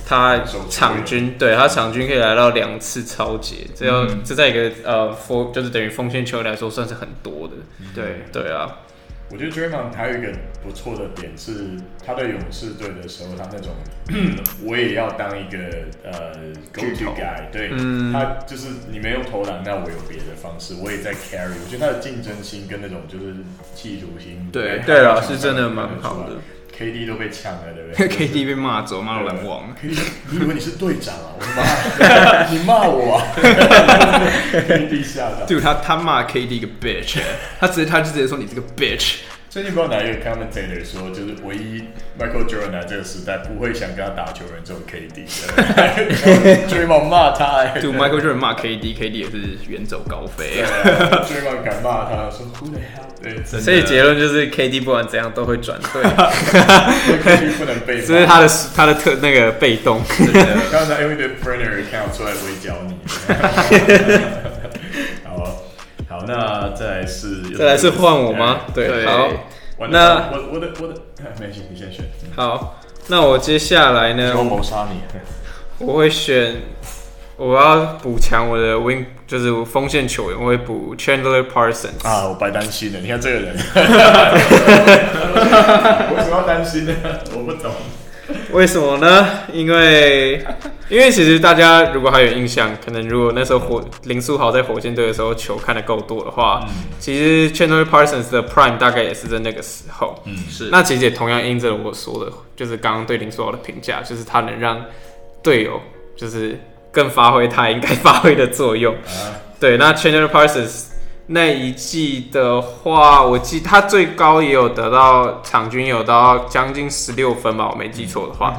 Speaker 3: 他场均对他场均可以来到两次超节，这要、这在一个呃锋就是等于锋线球员来说算是很多的，
Speaker 1: 对，
Speaker 3: 对啊，
Speaker 2: 我觉得 Draymond 还有一个不错的点是，他在勇士队的时候，他那种 我也要当一个呃
Speaker 1: 巨
Speaker 2: go to
Speaker 1: 头
Speaker 2: guy，对、
Speaker 3: 嗯
Speaker 2: 他就是你没有投篮，那我有别的方式，我也在 carry。我觉得他的竞争心跟那种就是企图心，
Speaker 1: 对
Speaker 2: 在
Speaker 3: 对
Speaker 2: 他
Speaker 3: 了，
Speaker 2: 场
Speaker 3: 是
Speaker 2: 上
Speaker 3: 真的
Speaker 2: 看得
Speaker 3: 蛮
Speaker 2: 出
Speaker 3: 好的
Speaker 2: 来。。KD 啊都被呛了，对不 对
Speaker 1: KD 被骂走，骂篮网，
Speaker 2: KD 你以为你是队长啊？我的妈！你骂 我、 啊、！KD 吓到。
Speaker 1: 对他他骂 KD 一个 bitch，他欸直接他就直接说你这个 bitch。
Speaker 2: 最近不知道哪一个 commentator 说，就是唯一 Michael Jordan 这个时代不会想跟他打球人这种 KD 的，Draymond 骂他、欸，
Speaker 1: 就 Michael Jordan 骂 KD，KD 也是远走高飞。
Speaker 2: ，Draymond 敢骂他，说 Who the hell？对，真
Speaker 3: 所以结论就是 KD 不管怎样都会转 队，
Speaker 2: 的 KD 不能被
Speaker 3: 这是
Speaker 2: 骂。
Speaker 3: 他的他的特那个被动。
Speaker 2: 刚才用一堆 burner account 出来围剿你。 好，好，那再来是，
Speaker 3: 再来是换我吗？对，
Speaker 1: 对
Speaker 3: 好
Speaker 2: 我的
Speaker 3: 那
Speaker 2: 哎
Speaker 3: 嗯
Speaker 2: 我我的我的，哎没事，你先选。
Speaker 3: 好，那我接下来呢，
Speaker 2: 我谋杀你。
Speaker 3: 我会选，我要补强我的 wing，就是锋线球员，我会补 Chandler Parsons。
Speaker 2: 啊，我白担心了，你看 这个人，我为什么要担心呢？我不懂。
Speaker 3: 为什么呢？因为因为其实大家如果还有印象，可能如果那时候火林书豪在火箭队的时候球看的够多的话，其实 Chandler Parsons 的 Prime 大概也是在那个时候。嗯，
Speaker 1: 是
Speaker 3: 那其实也同样印证了我说的，就是刚刚对林书豪的评价，就是他能让队友
Speaker 2: 啊
Speaker 3: 就是更发挥他应该发挥的作用。对，那 Chandler Parsons 那一季的话，我记他最高也有得到场均有到将近十六分吧，我没记错的话。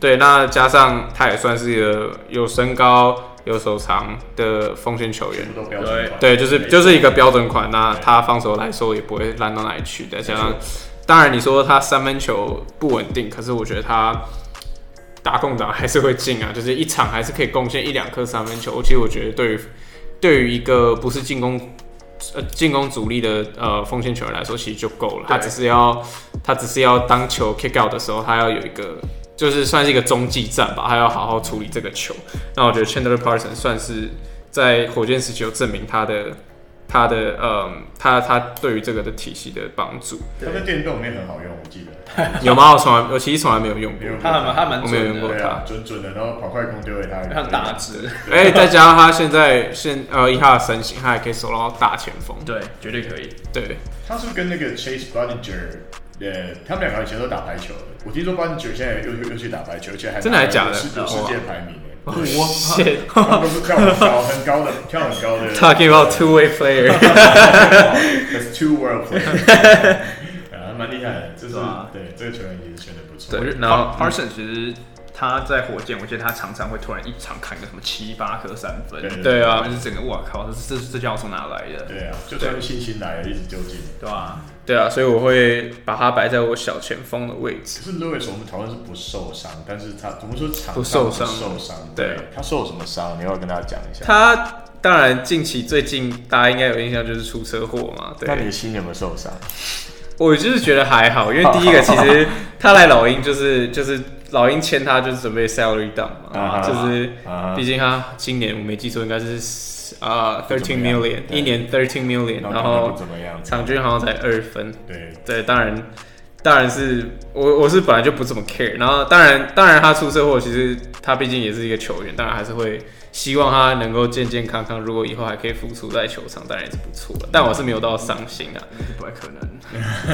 Speaker 3: 对，那加上他也算是一个有身高、有手长的锋线球员
Speaker 2: 全。部都标准款
Speaker 3: 对，就是就是一个标准款。那他防守来说也不会烂到哪里去。再加上，当然你说他三分球不稳定，可是我觉得他打空档还是会进啊，就是一场还是可以贡献一两颗三分球。其实我觉得对于对于一个不是进攻。呃，进攻主力的呃锋线球员来说，其实就够了。他
Speaker 2: 对
Speaker 3: 只是要，他只是要当球 kick out 的时候，他要有一个，就是算是一个中继站吧，他要好好处理这个球。那我觉得 Chandler Parsons 算是在火箭时期有证明他的他的嗯他他对于这个的体系的帮助。
Speaker 2: 他在电动里面很好用，我记得。
Speaker 3: 有吗？我从来我其实从来没有用过
Speaker 2: 没。有
Speaker 1: 他还蛮他蛮
Speaker 3: 我没有
Speaker 1: 准
Speaker 3: 用过
Speaker 1: 的，
Speaker 2: 对啊，准准的，然后跑快攻丢给他，
Speaker 1: 他很大只，
Speaker 3: 哎、再加上他现在现呃以他的身形，他还可以守到大前锋。
Speaker 1: 对，绝对可以。
Speaker 3: 对，
Speaker 2: 他是不是跟那个 Chase Budinger，呃，他们两个以前都打排球的。我听说 Budinger 现在又又又去打排球，而且还
Speaker 3: 真的还假的哦
Speaker 2: 有世有世界排名耶。
Speaker 1: 我
Speaker 3: shit
Speaker 2: 他们都是跳很高、很高的、跳很高 的。
Speaker 3: talking about two way player，
Speaker 2: That's two world players 啊，蛮厉害的，就是
Speaker 1: 对啊
Speaker 2: 对这个球员也是选的不错。
Speaker 3: 对嗯
Speaker 1: 我觉得
Speaker 3: 然后
Speaker 1: Par- Parsons 其实他在火箭，我记得他常常会突然一场砍个什么七八颗三分，
Speaker 2: 对
Speaker 3: 对啊
Speaker 1: 就是整个哇靠，这这这叫从哪来的？
Speaker 2: 对啊，就算是信心来了，一直丢进。
Speaker 1: 对吧？
Speaker 3: 对啊，所以我会把他摆在我小前锋的位置
Speaker 2: 可。是 Louis，我们讨论是不受伤，但是他怎么说场上
Speaker 3: 不受伤
Speaker 2: 不受伤，
Speaker 3: 对
Speaker 2: 他受什么伤？你要跟大家讲一下。
Speaker 3: 他当然近期最近大家应该有印象就是出车祸嘛，对。
Speaker 2: 那你的心有没有受伤？
Speaker 3: 我就是觉得还好，因为第一个其实他来老鹰就是就是老鹰签他就是准备 salary down 嘛，
Speaker 2: 啊哈
Speaker 3: 就是
Speaker 2: 啊哈
Speaker 3: 毕竟他今年我没记错应该是啊 thirteen
Speaker 2: 不怎么样
Speaker 3: million
Speaker 2: 对
Speaker 3: 一年 thirteen million，
Speaker 2: 啊然后
Speaker 3: 然
Speaker 2: 打得
Speaker 3: 后
Speaker 2: 不怎么样。
Speaker 3: 场均好像才二分，
Speaker 2: 对，
Speaker 3: 对，当然，当然是我我是本来就不怎么 care，然后当然当然他出车祸，其实他毕竟也是一个球员，当然还是会希望他能够健健康康，如果以后还可以复出在球场，当然也是不错的，但我是没有到伤心啊，
Speaker 1: 这不太可 能。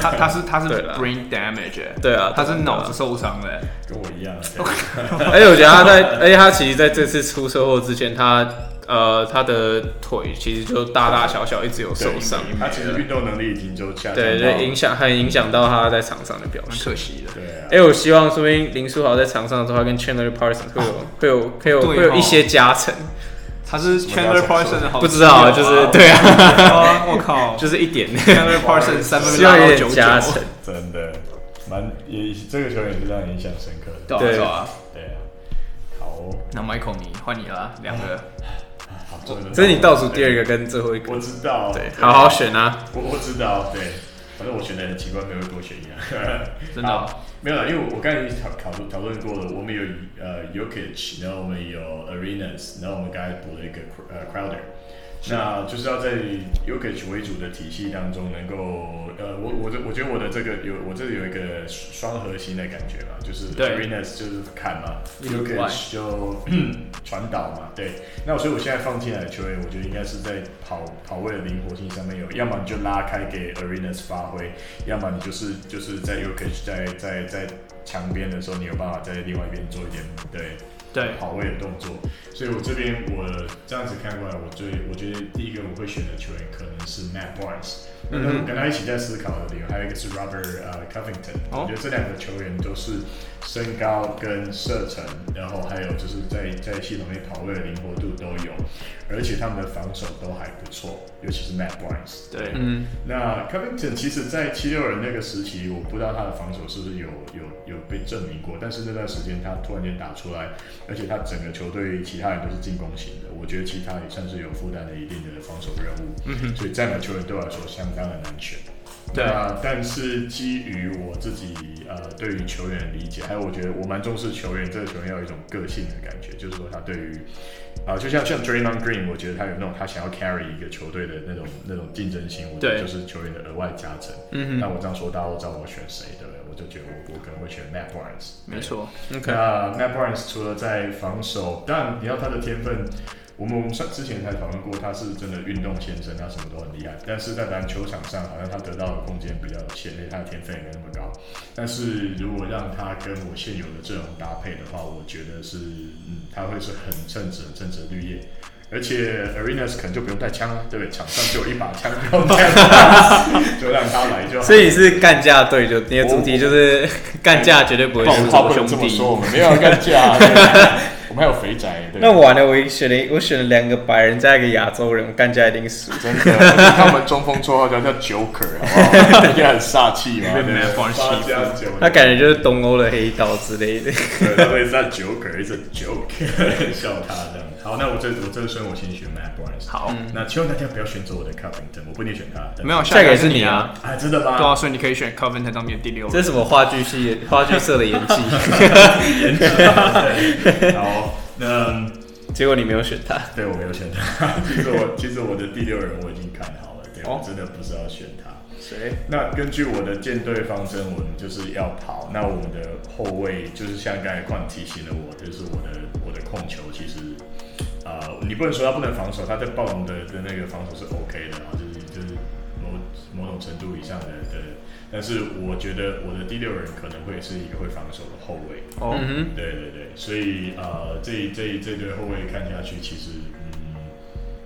Speaker 1: 他他是他是
Speaker 3: 对啦
Speaker 1: brain damage，欸
Speaker 3: 对啊，
Speaker 1: 他是
Speaker 3: 对啊
Speaker 1: 脑子受伤了欸。
Speaker 2: 跟我一样。啊
Speaker 3: 而且我觉得他在，而且他其实在这次出车祸之前，他呃他的腿其实就大大小小一直有 受伤，
Speaker 2: 他其实运动能力已经就下降到。
Speaker 3: 对，就影响很影响到他在场上的表
Speaker 1: 蛮
Speaker 3: 现。
Speaker 1: 可惜的。
Speaker 2: 对啊
Speaker 3: 哎、，我希望说不定林书豪在场上的话，跟 Chandler Parsons 会有、会有会
Speaker 1: 对
Speaker 3: 有
Speaker 1: 哦
Speaker 3: 会有一些加成，
Speaker 1: 他是
Speaker 2: 什么叫
Speaker 1: Chandler
Speaker 2: 享受
Speaker 1: Parsons 的好朋友啊，
Speaker 3: 不知道啊就是对啊
Speaker 1: 啊，我 靠
Speaker 3: 就是一点，
Speaker 1: ，Chandler Parsons 三分
Speaker 3: 希
Speaker 1: 拉
Speaker 3: 望有
Speaker 1: 到
Speaker 3: 点
Speaker 1: 九
Speaker 3: 加
Speaker 1: 九
Speaker 3: 成，。
Speaker 2: 真的蛮也这个球员也是让人印象深刻
Speaker 1: 对
Speaker 2: 的。
Speaker 1: 啊
Speaker 3: 对
Speaker 1: 对啊。
Speaker 2: 对啊，好哦，
Speaker 1: 那 Michael 你换你了，两个
Speaker 2: 好，这
Speaker 3: 这是你倒数第二个跟最后一个
Speaker 2: 我，知道，
Speaker 3: 对，好好选啊。
Speaker 2: 我我知道，对，反正我选的很奇怪，没有人跟我选一样，
Speaker 1: 真的哦
Speaker 2: 好没有啦，因为我我刚才已经讨讨论讨论过了，我们有呃 Yokich，然后我们有 Arenas，然后我们刚才补了一个 Cr- 呃 Crowder。那就是要在 Yokich 为主的体系当中，能够呃，我我的我觉得我的这个有我这里有一个双核心的感觉嘛，就是
Speaker 1: 对
Speaker 2: Arenas 就是砍嘛
Speaker 1: 一直外
Speaker 2: ，Yokich 就 传导嘛，对。那我所以我现在放进来的球员，我觉得应该是在跑跑位的灵活性上面有，要么你就拉开给 Arenas 发挥，要么你就是就是在 u k i 在在在墙边的时候，你有办法在另外一边做一点对
Speaker 1: 对
Speaker 2: 跑位的动作。所以我这边我呃这样子看过来，我最我觉得第一个我会选的球员可能是 Matt Barnes。那
Speaker 1: 嗯
Speaker 2: 那我跟他一起在思考的理由，还有一个是 Robert 呃 Covington。
Speaker 1: 哦
Speaker 2: 我觉得这两个球员都是身高跟射程，然后还有就是在在系统内跑位的灵活度都有，而且他们的防守都还不错，尤其是 Matt Barnes。
Speaker 1: 对，
Speaker 3: 嗯，
Speaker 2: 那 Covington 其实，在七六人那个时期，我不知道他的防守是不是有有有被证明过，但是那段时间他突然间打出来，而且他整个球队其他人都是进攻型的，我觉得其他也算是有负担了一定的防守任务，嗯、所以这样的球员对我来说相当的难选。
Speaker 1: 对
Speaker 2: 那但是基于我自己呃对于球员的理解，还有我觉得我蛮重视球员，这个球员要有一种个性的感觉，就是说他对于啊、就像像 Draymond Green，我觉得他有那种他想要 carry 一个球队的那种那种竞争心，我觉得
Speaker 1: 对
Speaker 2: 就是球员的额外加成。嗯那我这样说，大家都知道我选谁，对不对？我就觉得我我可能会选 Matt Barnes。
Speaker 1: 没错，
Speaker 3: OK
Speaker 2: 那 Matt Barnes 除了在防守，当然你要他的天分，我们我们上之前才讨论过，他是真的运动先生，他什么都很厉害。但是在篮球场上，好像他得到的空间比较有限，而且他的天分也没那么高。但是如果让他跟我现有的阵容搭配的话，我觉得是，嗯，他会是很称职、很称职的绿叶。而且 Arenas 可能就不用带枪了，对不对？场上就有一把枪，不用带枪， 就让他来就好。
Speaker 3: 所以是干架队，就你的主题就是干架绝对不会
Speaker 2: 不好意
Speaker 3: 输
Speaker 2: 思，话不能
Speaker 1: 兄
Speaker 2: 这么
Speaker 1: 弟
Speaker 2: 说，我们没有要 干架，对不对我们还有肥宅，对不对
Speaker 3: 那完了，我选了一我选了两个白人加一个亚洲人，我干架一定输。
Speaker 2: 真的，你看我们中锋绰号叫叫 Joker，好不 好？一定很煞气嘛，对不对
Speaker 1: Man from
Speaker 2: 八加九，
Speaker 3: 他感觉就是东欧的黑道之类的。
Speaker 2: 对，他会在 Joker 一直 Joker 笑他这样。好，那我这我这个顺我先选 Matt Barnes。
Speaker 1: 好，
Speaker 3: 嗯
Speaker 2: 那希望大家不要选走我的 Covington，我不一定选他。但
Speaker 1: 没有，
Speaker 3: 下一个
Speaker 1: 个
Speaker 3: 是
Speaker 1: 你
Speaker 3: 你啊。
Speaker 2: 啊，真的
Speaker 1: 对啊，
Speaker 2: 吗？
Speaker 1: 所以你可以选 Covington 当你的第六
Speaker 3: 这
Speaker 1: 人。
Speaker 3: 是什么话剧系、话剧社的演技？
Speaker 1: 啊
Speaker 2: 好，那
Speaker 3: 结果你没有选他。
Speaker 2: 对我没有选他。 其实我其实我的第六人我已经看好了，对
Speaker 1: 哦
Speaker 2: 我真的不是要选他。
Speaker 3: 谁？
Speaker 2: 那根据我的舰队方针，我们就是要跑。那我们的后卫就是像刚才矿提醒了我，就是我的我的控球其实，呃，你不能说他不能防守，他在暴龙的的那个防守是 OK 的啊，就是就是某某种程度以上的的。但是我觉得我的第六人可能会是一个会防守的后卫。
Speaker 1: 哦，
Speaker 3: 嗯
Speaker 2: 对对对，所以呃，这这这对后卫看下去，其实嗯，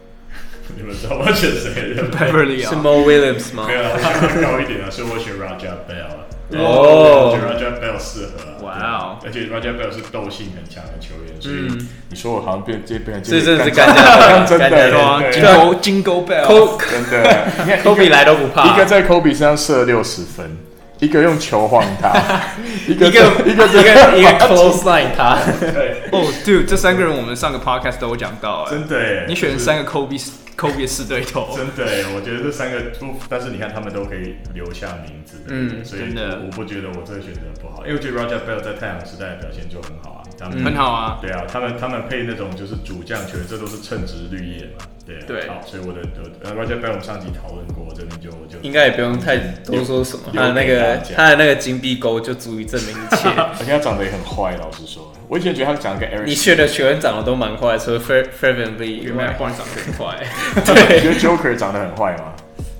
Speaker 2: 你们知道我要选谁对不对？
Speaker 1: ，Beverly
Speaker 3: 哼，
Speaker 1: 啊
Speaker 3: 是，Mo Williams 吗
Speaker 2: 没？有啦，我想会高一点啊，所以我选 Raja Bell 啊。
Speaker 3: 哦
Speaker 2: 我觉得 Raja Bell 适合啊。
Speaker 1: 哇哦
Speaker 2: 对而且 Raja Bell 是斗性很强的球员，所
Speaker 1: 嗯
Speaker 2: 以你说我好像变这边
Speaker 3: 这真的是
Speaker 2: 干
Speaker 3: 干架 队，
Speaker 2: 真
Speaker 3: 干
Speaker 2: 的
Speaker 1: 对
Speaker 3: 架
Speaker 1: 啊
Speaker 2: 对，
Speaker 1: 金钩金钩 Bell，
Speaker 3: 扣
Speaker 2: 真 的，你看
Speaker 3: 科比来都不怕，
Speaker 2: 一个在 Kobe 身上射了六十分，一个用球晃他， 一个
Speaker 3: 一个
Speaker 2: 一
Speaker 3: 一
Speaker 2: 个
Speaker 3: 个一个一个 close line 他，
Speaker 2: 对，
Speaker 1: 哦，Dude，这三个人我们上个 podcast 都有讲到，哎
Speaker 2: 真，的耶，
Speaker 1: 你选三个 Kobe Kobe 的四对头，
Speaker 2: 真的耶，我觉得这三个不，但是你看他们都可以留下名字，嗯，所以
Speaker 1: 真的
Speaker 2: 我不觉得我这个选择不好，因为我觉得 Roger Bell 在太阳时代的表现就很好啊，他们、
Speaker 3: 嗯
Speaker 1: 很好啊。
Speaker 2: 对啊，他们他们配那种就是主将球员，这都是称职绿叶嘛，对、啊、
Speaker 1: 对
Speaker 2: 好，所以我的我呃 Roger Bell 我们上集讨论过，我这边就我就
Speaker 3: 应该也不用太多说什么，他的那个他的那个金币钩就足以证明 一切。
Speaker 2: 而且他长得也很坏，老实说，我以前觉得他长得跟 Eric，
Speaker 3: 你选 的球员长得都蛮快，除了 Fer Fervin Lee 以
Speaker 1: 因为
Speaker 3: 外，
Speaker 1: 换长得很快，
Speaker 2: 你觉得 Joker 长得很坏 吗？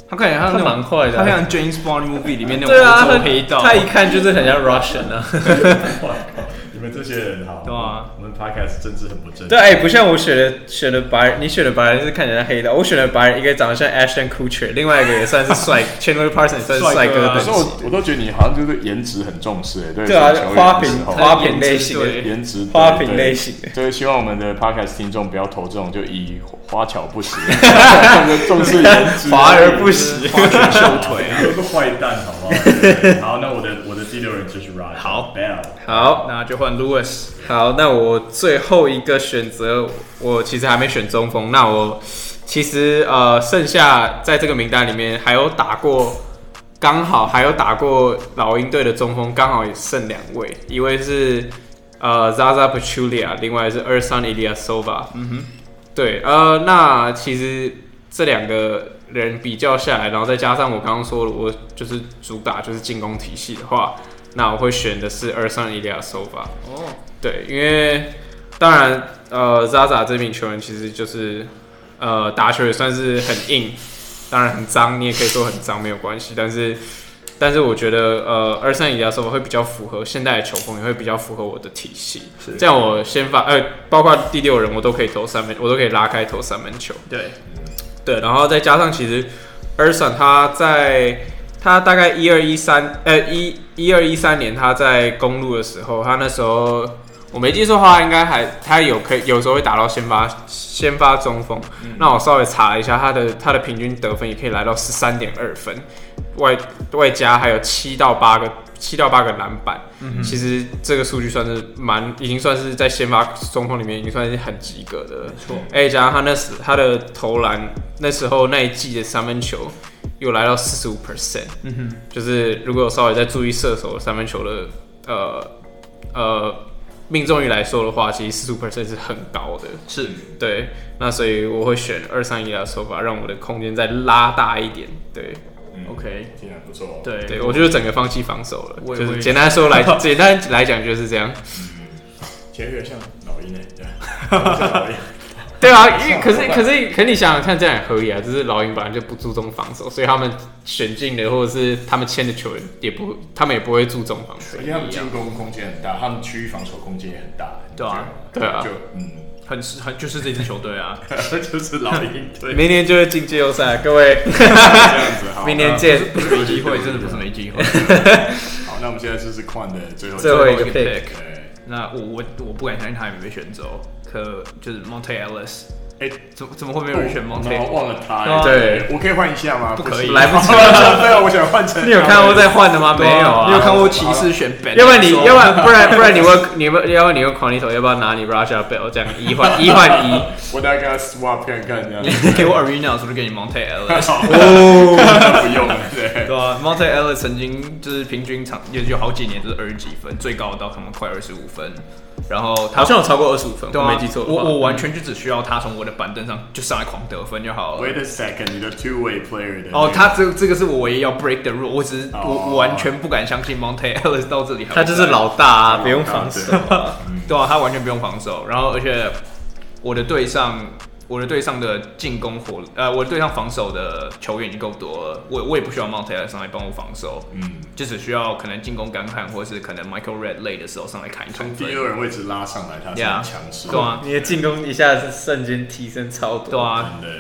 Speaker 1: 他看起来他
Speaker 3: 他
Speaker 1: 那
Speaker 3: 蛮
Speaker 1: 种，
Speaker 3: 快的
Speaker 1: 他
Speaker 3: 啊。
Speaker 1: 像 James Bond movie 里面那种
Speaker 3: 对啊，
Speaker 1: 欧
Speaker 3: 他
Speaker 1: 洲黑道，
Speaker 3: 他一看就是很像 Russian 啊。
Speaker 2: 你们这些人好，
Speaker 1: 对啊，
Speaker 2: 我们 Podcast 政治很不正
Speaker 3: 对，哎、不像我选的选的白人，你选的白人是看起来黑的，我选的白人一个长得像 Ashton Kutcher，另外一个也算是帅，Chandler Parsons 也算是帅哥
Speaker 1: 帅哥啊
Speaker 3: 等
Speaker 2: 可是
Speaker 3: 级。
Speaker 2: 我我都觉得你好像就是颜值很重视哎，对
Speaker 3: 对啊
Speaker 2: 选球员的
Speaker 3: 花瓶
Speaker 2: 时候
Speaker 3: 花瓶类型的
Speaker 1: 对
Speaker 2: 颜值
Speaker 3: 花瓶类型的
Speaker 2: 对就是希望我们的 podcast 听众不要投这种就以花巧 不实，就是重视颜值，
Speaker 3: 华而不实
Speaker 2: 花拳绣腿啊，有个坏蛋，好 不好？对好，那我的我的第六人就是 Rod，
Speaker 1: 好
Speaker 2: Bell，
Speaker 3: 好，
Speaker 1: 那就换 Lewis，
Speaker 3: 好，那我最后一个选择，我其实还没选中锋。那我其实呃，剩下在这个名单里面还有打过，刚好还有打过老鹰队的中锋，刚好也剩两位，一位是呃 Zaza Pachulia，另外是 Ersan Ilyasova。嗯哼，对，呃，那其实这两个人比较下来，然后再加上我刚刚说了，我就是主打就是进攻体系的话，那我会选的是 Ersan Ilyasova。
Speaker 1: 哦，
Speaker 3: 对，因为当然，呃，Zaza 这名球员其实就是，呃，打球也算是很硬，当然很脏，你也可以说很脏没有关系，但是，但是我觉得，呃，二三以下手会比较符合现代的球风，也会比较符合我的体系。
Speaker 1: 是
Speaker 3: 这样我先发，呃，包括第六人我都可以投三分，我都可以拉开投三分球。
Speaker 1: 对，
Speaker 3: 对，然后再加上其实 Erson 他在他大概一二一三呃一一二一三年他在公路的时候，他那时候我没记错的话，应该还他有可以有时候会打到先发先发中锋。那我稍微查了一下，他的他的平均得分也可以来到十三点二分，外外加还有七到八个七到八个篮板。其实这个数据算是蛮已经算是在先发中锋里面已经算是很及格的了。
Speaker 1: 错，
Speaker 3: 哎，加上他那时他的投篮，那时候那一季的三分球又来到四十五 percent，嗯哼，就是如果稍微再注意射手三分球的呃呃命中率来说的话，其实四十五 percent 是很高的，
Speaker 1: 是
Speaker 3: 对，那所以我会选二三一来的手法，让我的空间再拉大一点，对，
Speaker 1: OK，
Speaker 2: 听起来不错哦。
Speaker 1: 对
Speaker 3: 对我就是整个放弃防守了，
Speaker 1: 我也
Speaker 3: 就
Speaker 1: 会
Speaker 3: 是简单说 来简单来讲就是这样，
Speaker 2: 前有点像老 鹰诶，对，像老鹰
Speaker 3: 对啊，因为可是可是可是你想想看，这样也合理啊。就是老鹰本来就不注重防守，所以他们选进的或者是他们签的球员也不，他们也不会注重防守。
Speaker 2: 而且他们进攻空间很大，他们区域防守空间也很大，
Speaker 1: 对啊
Speaker 2: 你不觉得吗
Speaker 3: 对啊
Speaker 2: 就嗯，
Speaker 1: 很很就是这支球队啊，
Speaker 2: 就是老鹰队
Speaker 3: 明年就会进季后赛，各 位，
Speaker 2: 这样子。好
Speaker 3: 明年见
Speaker 2: 那
Speaker 1: 不是没机会，真的不是没机会。
Speaker 2: 好，那我们现在就是看的最后
Speaker 3: 最后一个
Speaker 1: 一个 pick，
Speaker 3: pick，
Speaker 2: 对，
Speaker 1: 那我我我不敢相信他有没有被选走，可就是 Monte Ellis，
Speaker 2: 哎，
Speaker 1: 怎么怎么会没有人选
Speaker 2: 哦然后
Speaker 1: Monte？
Speaker 2: 忘了他。哎
Speaker 3: 对，
Speaker 2: 我可以换一下吗？
Speaker 1: 不可以
Speaker 2: 行
Speaker 3: 来不及了。
Speaker 2: 对啊，我想换 成。
Speaker 3: 你有看过再换的吗？没
Speaker 1: 对啊
Speaker 3: 有啊，
Speaker 1: 你有看过骑士选 Ben？
Speaker 3: 要不然你，要不然不然不然你问 你问，要不然你问狂力头，要不要拿你 Russia Bell 这样一换一换一？
Speaker 2: 我大概跟他 swap 看看这样子。
Speaker 1: 给我 Arena，我是不是给你 Monte Ellis？
Speaker 2: 哦，不用了，对。
Speaker 1: 对啊，Monte Ellis 曾经就是平均场也有好几年就是二十几分，最高到可能快二十五分。然后他
Speaker 3: 好像有超过二十五分，
Speaker 1: 对
Speaker 3: 我
Speaker 1: 啊，
Speaker 3: 没记错的话。嗯
Speaker 1: 我我完全就只需要他从我的板凳上就上来狂得分就好了。
Speaker 2: Wait a second，你的 two way player 的那个
Speaker 1: 哦，他这这个是我唯一要 break the rule，我只是、我
Speaker 2: 哦
Speaker 1: 我完全不敢相信 Monte Ellis 到这里还会
Speaker 3: 他就
Speaker 1: 在
Speaker 3: 是老大啊，
Speaker 2: 哦对
Speaker 3: 不用防守
Speaker 2: 老
Speaker 3: 啊。
Speaker 1: 对啊，他完全不用防守，然后而且我的队上我的队上的进攻火力呃，我的队上防守的球员已经够多了，我我也不需要 Monte Ellis 上来帮我防守，
Speaker 2: 嗯，
Speaker 1: 就只需要可能进攻干旱或是可能 Michael Red 累的时候上来砍一砍
Speaker 2: 嗯从第
Speaker 1: 分。
Speaker 2: 六人位置拉上来，他是很
Speaker 1: Yeah，
Speaker 2: 强势的。
Speaker 1: 对啊，
Speaker 3: 你的进攻一下子瞬间提升超多。
Speaker 1: 对啊，
Speaker 2: 真的。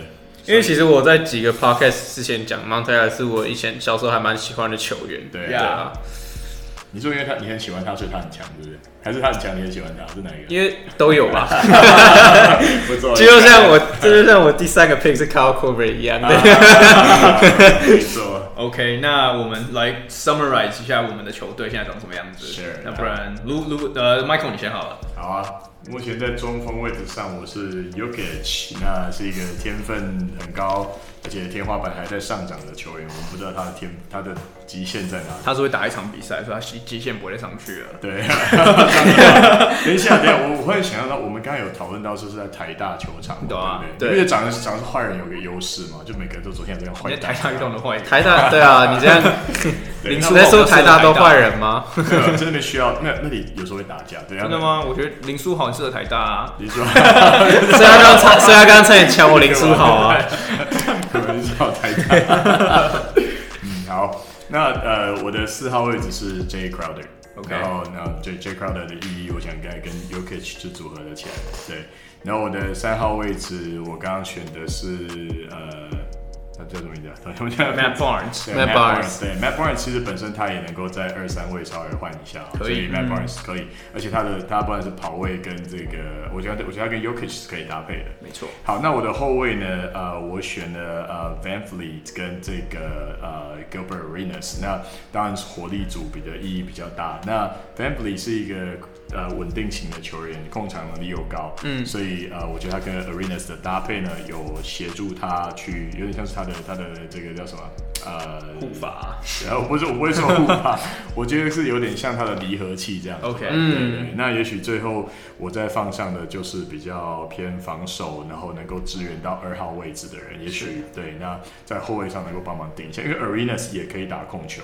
Speaker 3: 因为其实我在几个 podcast 之前讲 Monte Ellis 是我以前小时候还蛮喜欢的球员。
Speaker 2: 对
Speaker 3: 对啊，
Speaker 2: 你说因为他你很喜欢他，所以他很强，对不对？还是他很强，你很喜欢他？是哪一个？
Speaker 3: 因为都有吧，
Speaker 2: 不错，
Speaker 3: 这就 像我，这就像我第三个 pick 是 Kyle Korver 一样的。
Speaker 2: 啊没错，
Speaker 1: OK，那我们来 summarize 一下我们的球队现在长什么样子。
Speaker 2: Sure
Speaker 1: 那不然卢卢呃 Michael 你先好了。
Speaker 2: 好啊。目前在中锋位置上，我是 Yokich，那是一个天分很高，而且天花板还在上涨的球员。我们不知道他的天，他的极限在哪里。
Speaker 1: 他是会打一场比赛，所以他极极限不会再上去了。
Speaker 2: 对， 等一下，等一下，我我忽然想到，我们刚刚有讨论到，就是在台大球场嘛，
Speaker 1: 对啊
Speaker 2: 对不
Speaker 3: 对
Speaker 2: 因为长得长得是坏人有个优势嘛，就每个人都昨天这样
Speaker 1: 你
Speaker 2: 坏
Speaker 1: 在
Speaker 2: 蛋
Speaker 1: 台上遇 到的坏人，
Speaker 3: 台大对啊，你这 样
Speaker 2: 对
Speaker 1: 林
Speaker 3: 你
Speaker 1: 书
Speaker 3: 在
Speaker 1: 豪
Speaker 3: 说
Speaker 1: 就是
Speaker 3: 台大都
Speaker 1: 台大
Speaker 3: 坏人吗？
Speaker 2: 对啊在那边需要，那那里有时候会打架，对啊，
Speaker 1: 真的？吗？我觉得林书豪很适合台大啊。
Speaker 2: 你说
Speaker 3: 虽然刚才虽然刚才你抢我林书豪啊，
Speaker 2: 开玩笑，台大。 嗯，好，那呃，我的四号位置是 J Crowder。
Speaker 1: OK
Speaker 2: 然后那 J J Crowder 的意义，我想应该跟 u k i c 就组合了起来。对，然后我的三号位置，我刚刚选的是呃，他叫什么名字啊？他们叫
Speaker 1: Matt Barnes，
Speaker 2: 对
Speaker 3: Matt Barnes
Speaker 2: 对 Matt Barnes 其实本身他也能够在二三位稍微换一下，
Speaker 1: 可
Speaker 2: 所
Speaker 1: 以
Speaker 2: 以 Matt Barnes 可以，而且他的他不管是跑位跟这个，我觉得我觉得他跟 Yokich 是可以搭配的。
Speaker 1: 没错。
Speaker 2: 好，那我的后卫呢？呃，我选了呃 Van Fleet 跟这个呃 Gilbert Arenas。那当然是火力组比的意义比较大。那 Van Fleet 是一个呃稳定型的球员，控场能力又高，嗯，所以呃，我觉得他跟 Arenas 的搭配呢，有协助他去，有点像是他的他的这个叫什么呃
Speaker 1: 护法
Speaker 2: 然后不 是我不会说护法，我觉得是有点像他的离合器这样子。
Speaker 1: OK
Speaker 2: 嗯，对对那也许最后我再放上的就是比较偏防守，然后能够支援到二号位置的人，也许对。那在后卫上能够帮忙顶一下，因为 Arenas 也可以打控球。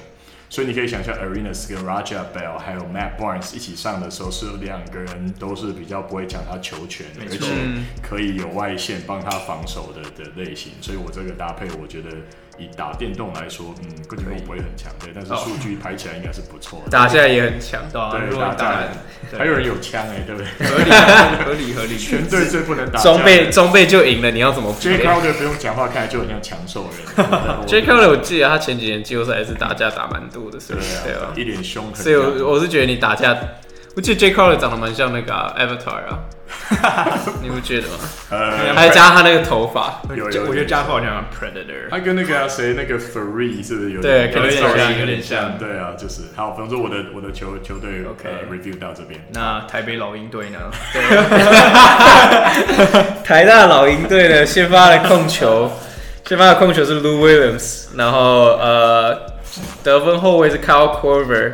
Speaker 2: 所以你可以想象，Arenas 跟 Raja Bell 还有 Matt Barnes 一起上的时候，是两个人都是比较不会抢他球权，而且
Speaker 3: 嗯
Speaker 2: 可以有外线帮他防守的的类型。所以我这个搭配，我觉得以打电动来说，嗯，个人不会很强，对，但是
Speaker 1: 哦
Speaker 2: 数据排起来应该是不错的。
Speaker 3: 打下来也很强。
Speaker 1: 对啊，如
Speaker 2: 对，
Speaker 1: 果
Speaker 2: 打
Speaker 1: 你打
Speaker 2: 架
Speaker 1: 篮，
Speaker 2: 还有人有枪哎、对不对？
Speaker 1: 合理啊合理合理。
Speaker 2: 全队最不能打架的
Speaker 3: 装备装备就赢了，你要怎么比
Speaker 2: J Crowder 不用讲话，看起来就很像强兽 人。啊
Speaker 3: ？J Crowder 我记得他前几年季后赛也是打架打蛮多的，是
Speaker 2: 对
Speaker 3: 不是？对
Speaker 2: 啊
Speaker 3: 啊，，
Speaker 2: 一脸凶狠。
Speaker 3: 所以我我是觉得你打架，我记得 J Crowder 长得蛮像那个、啊、Avatar 啊，你不觉得吗？
Speaker 2: 呃，
Speaker 3: 还有加他那个头发，
Speaker 2: 有有有
Speaker 1: 我觉得加法好像 Predator。
Speaker 2: 他跟那个、啊、谁那个 Free 是不是有
Speaker 3: 对
Speaker 2: 有
Speaker 3: 可能
Speaker 2: 点
Speaker 3: 有点
Speaker 1: 像有点像
Speaker 2: 对啊，就是好。比方说我的我的球球队
Speaker 1: OK
Speaker 2: 呃 review 到这边，
Speaker 1: 那台北老鹰队呢？
Speaker 3: 台大老鹰队呢，先发的控球， 先发的控球是 Lou Williams，然后呃，得分后卫是 Kyle Korver，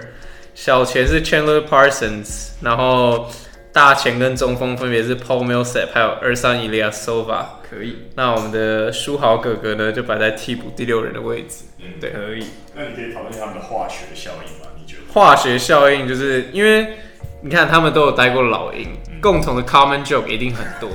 Speaker 3: 小前是 Chandler Parsons，然后大前跟中锋分别是 Paul Millsap 还有二三 Ilya Sova。
Speaker 1: 可以，
Speaker 3: 那我们的书豪哥哥呢，就摆在替补第六人的位置。对
Speaker 1: 嗯可以。
Speaker 2: 那你可以讨论一下他们的化学效应吗？你觉 得？
Speaker 3: 化学效应就是因为你看他们都有待过老鹰，共同的 common joke 一定很多，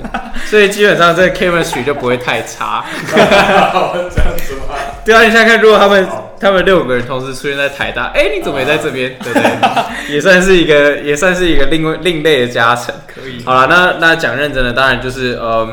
Speaker 3: 所以基本上这个 chemistry 就不会太差。
Speaker 2: 这样子吗？
Speaker 3: 对啊，你想想看，如果他们
Speaker 2: 好
Speaker 3: 他们六个人同时出现在台大，哎、你怎么也在这边？对不对？也算是一个，也算是一个另外另类的加成。
Speaker 1: 可以
Speaker 3: 好了，那那讲认真的，当然就是呃，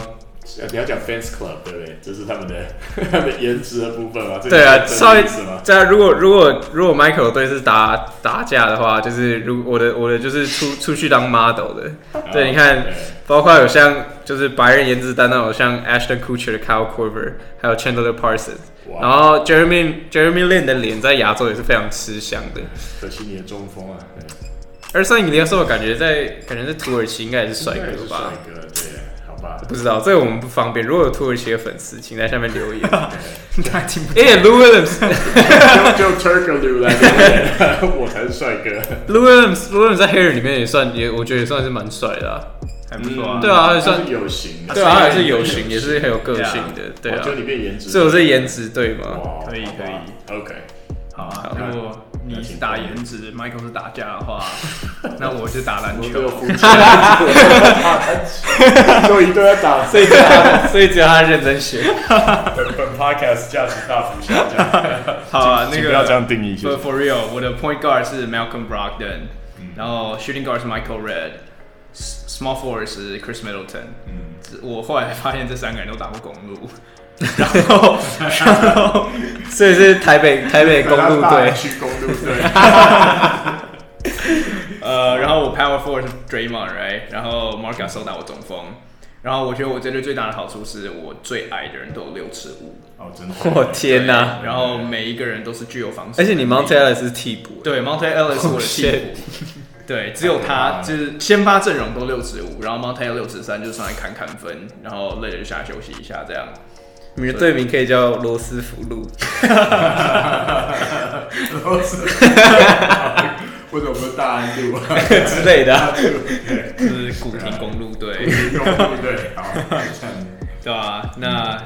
Speaker 2: 你要讲 fans club 对不对？这是他们的 他们颜值的部分嘛？这个
Speaker 3: 对啊，
Speaker 2: 是
Speaker 3: 稍
Speaker 2: 真的
Speaker 3: 微
Speaker 2: 意思吗？
Speaker 3: 对啊，如果如果如果 Michael 对是打打架的话，就是如我的我的就是出出去当 model 的，对，你看
Speaker 2: 对，
Speaker 3: 包括有像就是白人颜值担当有像 Ashton Kutcher 的 Kyle Korver，还有 Chandler Parsons，
Speaker 2: 哇
Speaker 3: 然后 Jeremy Jeremy Lin 的脸在亚洲也是非常吃香的。
Speaker 2: 可惜你的中锋啊，对
Speaker 3: 而上影的时候，感觉在感觉在土耳其应该也是帅
Speaker 2: 应该也
Speaker 3: 哥
Speaker 2: 是
Speaker 3: 吧？
Speaker 2: 帅哥，对，好 吧。
Speaker 3: 不知道这个我们不方便。如果有土耳其的粉丝，请在下面留言。
Speaker 1: 他听不
Speaker 3: 哎、l o u Williams，Lou
Speaker 2: 就就 Turkaloo 来表 演，我才是帅哥。
Speaker 3: Williams，Lou Williams 在黑人里面也算也，我觉得也算是蛮帅的、啊。
Speaker 1: 还不错啊。
Speaker 3: 对啊他也算
Speaker 2: 嗯是有型的，
Speaker 3: 对啊，他也是
Speaker 1: 是
Speaker 3: 有
Speaker 1: 有
Speaker 3: 型，也是很有个性的。对
Speaker 2: 哇
Speaker 3: 啊
Speaker 2: 就，你变颜值，
Speaker 3: 所以我是颜值对吗？
Speaker 2: 哇，
Speaker 1: 可以
Speaker 2: 好吧
Speaker 1: 可以
Speaker 2: ，OK，
Speaker 1: 好啊
Speaker 3: 好，
Speaker 1: 如果你是打颜值，Michael 是打架的 话，那我是打篮
Speaker 2: 我这
Speaker 1: 球
Speaker 2: 个。肤浅，就一堆在打，
Speaker 3: 所以只要他， 所以只要他认真 学。
Speaker 2: 本 podcast 价值大幅下降。
Speaker 1: 好啊，那
Speaker 2: 请
Speaker 1: 个
Speaker 2: 不要这样定义，谢谢
Speaker 1: For。for real，我的 point guard 是 Malcolm Brogdon，、然
Speaker 3: 嗯
Speaker 1: 后 shooting guard 是 Michael Red，s-，small forward 是 Chris Middleton。嗯，我后来发现这三个人都打过公路，然 后然后
Speaker 3: 所以是台北台北公路队
Speaker 2: 去公路队，
Speaker 1: 呃，然后我 power forward 是 Draymond，right？然后 Mark g a s o 打我中锋，然后我觉得我这队最大的好处是我最矮的人都有六尺五，
Speaker 2: 哦，真的，
Speaker 3: 我天哪、
Speaker 1: 然后每一个人都是具有防守能力的，
Speaker 3: 而且你 Mount Ellis 是替补，
Speaker 1: 对 Monte Ellis 是我的
Speaker 3: Oh,
Speaker 1: 替
Speaker 3: shit.
Speaker 1: 补，对，只有他就是先发阵容都六十五，然后 Monte 六十三就上来砍砍分，然后累了就下来休息一下这样。
Speaker 3: 你的队名可以叫罗斯福路。
Speaker 2: 都是，为什么不是大安路啊？
Speaker 3: 之类的啊
Speaker 2: 大安路，对
Speaker 1: 就是古亭公路队，
Speaker 2: 公路队，好，
Speaker 1: 对啊？那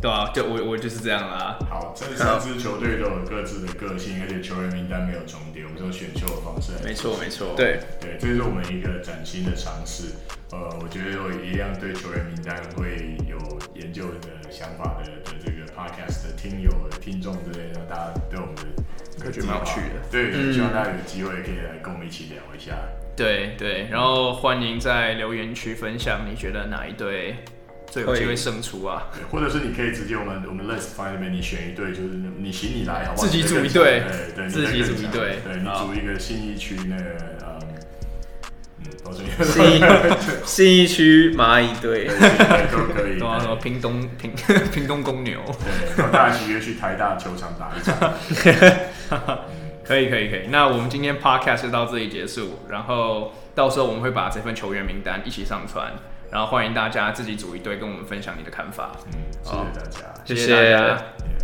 Speaker 1: 对啊，就我我就是这样啦。
Speaker 2: 好，这三支球队都有各自的个性，而且球员名单没有重叠，我们是用选秀的方式来
Speaker 1: 没错没错，
Speaker 3: 对，
Speaker 2: 对，这是我们一个崭新的尝试。呃，我觉得我一样对球员名单会有研究的想法的的这个 podcast 的听友、听众之类的，大家对我们的
Speaker 1: 感觉蛮有趣的
Speaker 2: 对，希望大家有机会可以来跟我们一起聊一下。
Speaker 1: 对对，然后欢迎在留言区分享你觉得哪一队最有机会胜出啊？
Speaker 2: 对，或者是你可以直接我们我们 Let's Find 那边你选一队，就是你行你来，好不好？
Speaker 1: 自己组一
Speaker 2: 对
Speaker 1: 队
Speaker 2: 对，
Speaker 1: 自己
Speaker 2: 你再
Speaker 1: 组
Speaker 2: 更
Speaker 1: 一
Speaker 2: 强
Speaker 1: 队
Speaker 2: 对你
Speaker 1: 好
Speaker 2: 组一个信义区那个嗯嗯，我这
Speaker 3: 信义 信义区蚂蚁队，
Speaker 2: 都可以。
Speaker 1: 对啊， 什么屏东屏 屏东公牛，
Speaker 2: 对，然后 大家一起约去台大球场打一场。
Speaker 1: 可以可以可以。那我们今天 podcast 就到这里结束，然后到时候我们会把这份球员名单一起上传，然后欢迎大家自己组一队跟我们分享你的看法。
Speaker 2: 嗯，谢谢大家。
Speaker 1: 谢谢大家。
Speaker 3: 谢谢啊
Speaker 2: Yeah.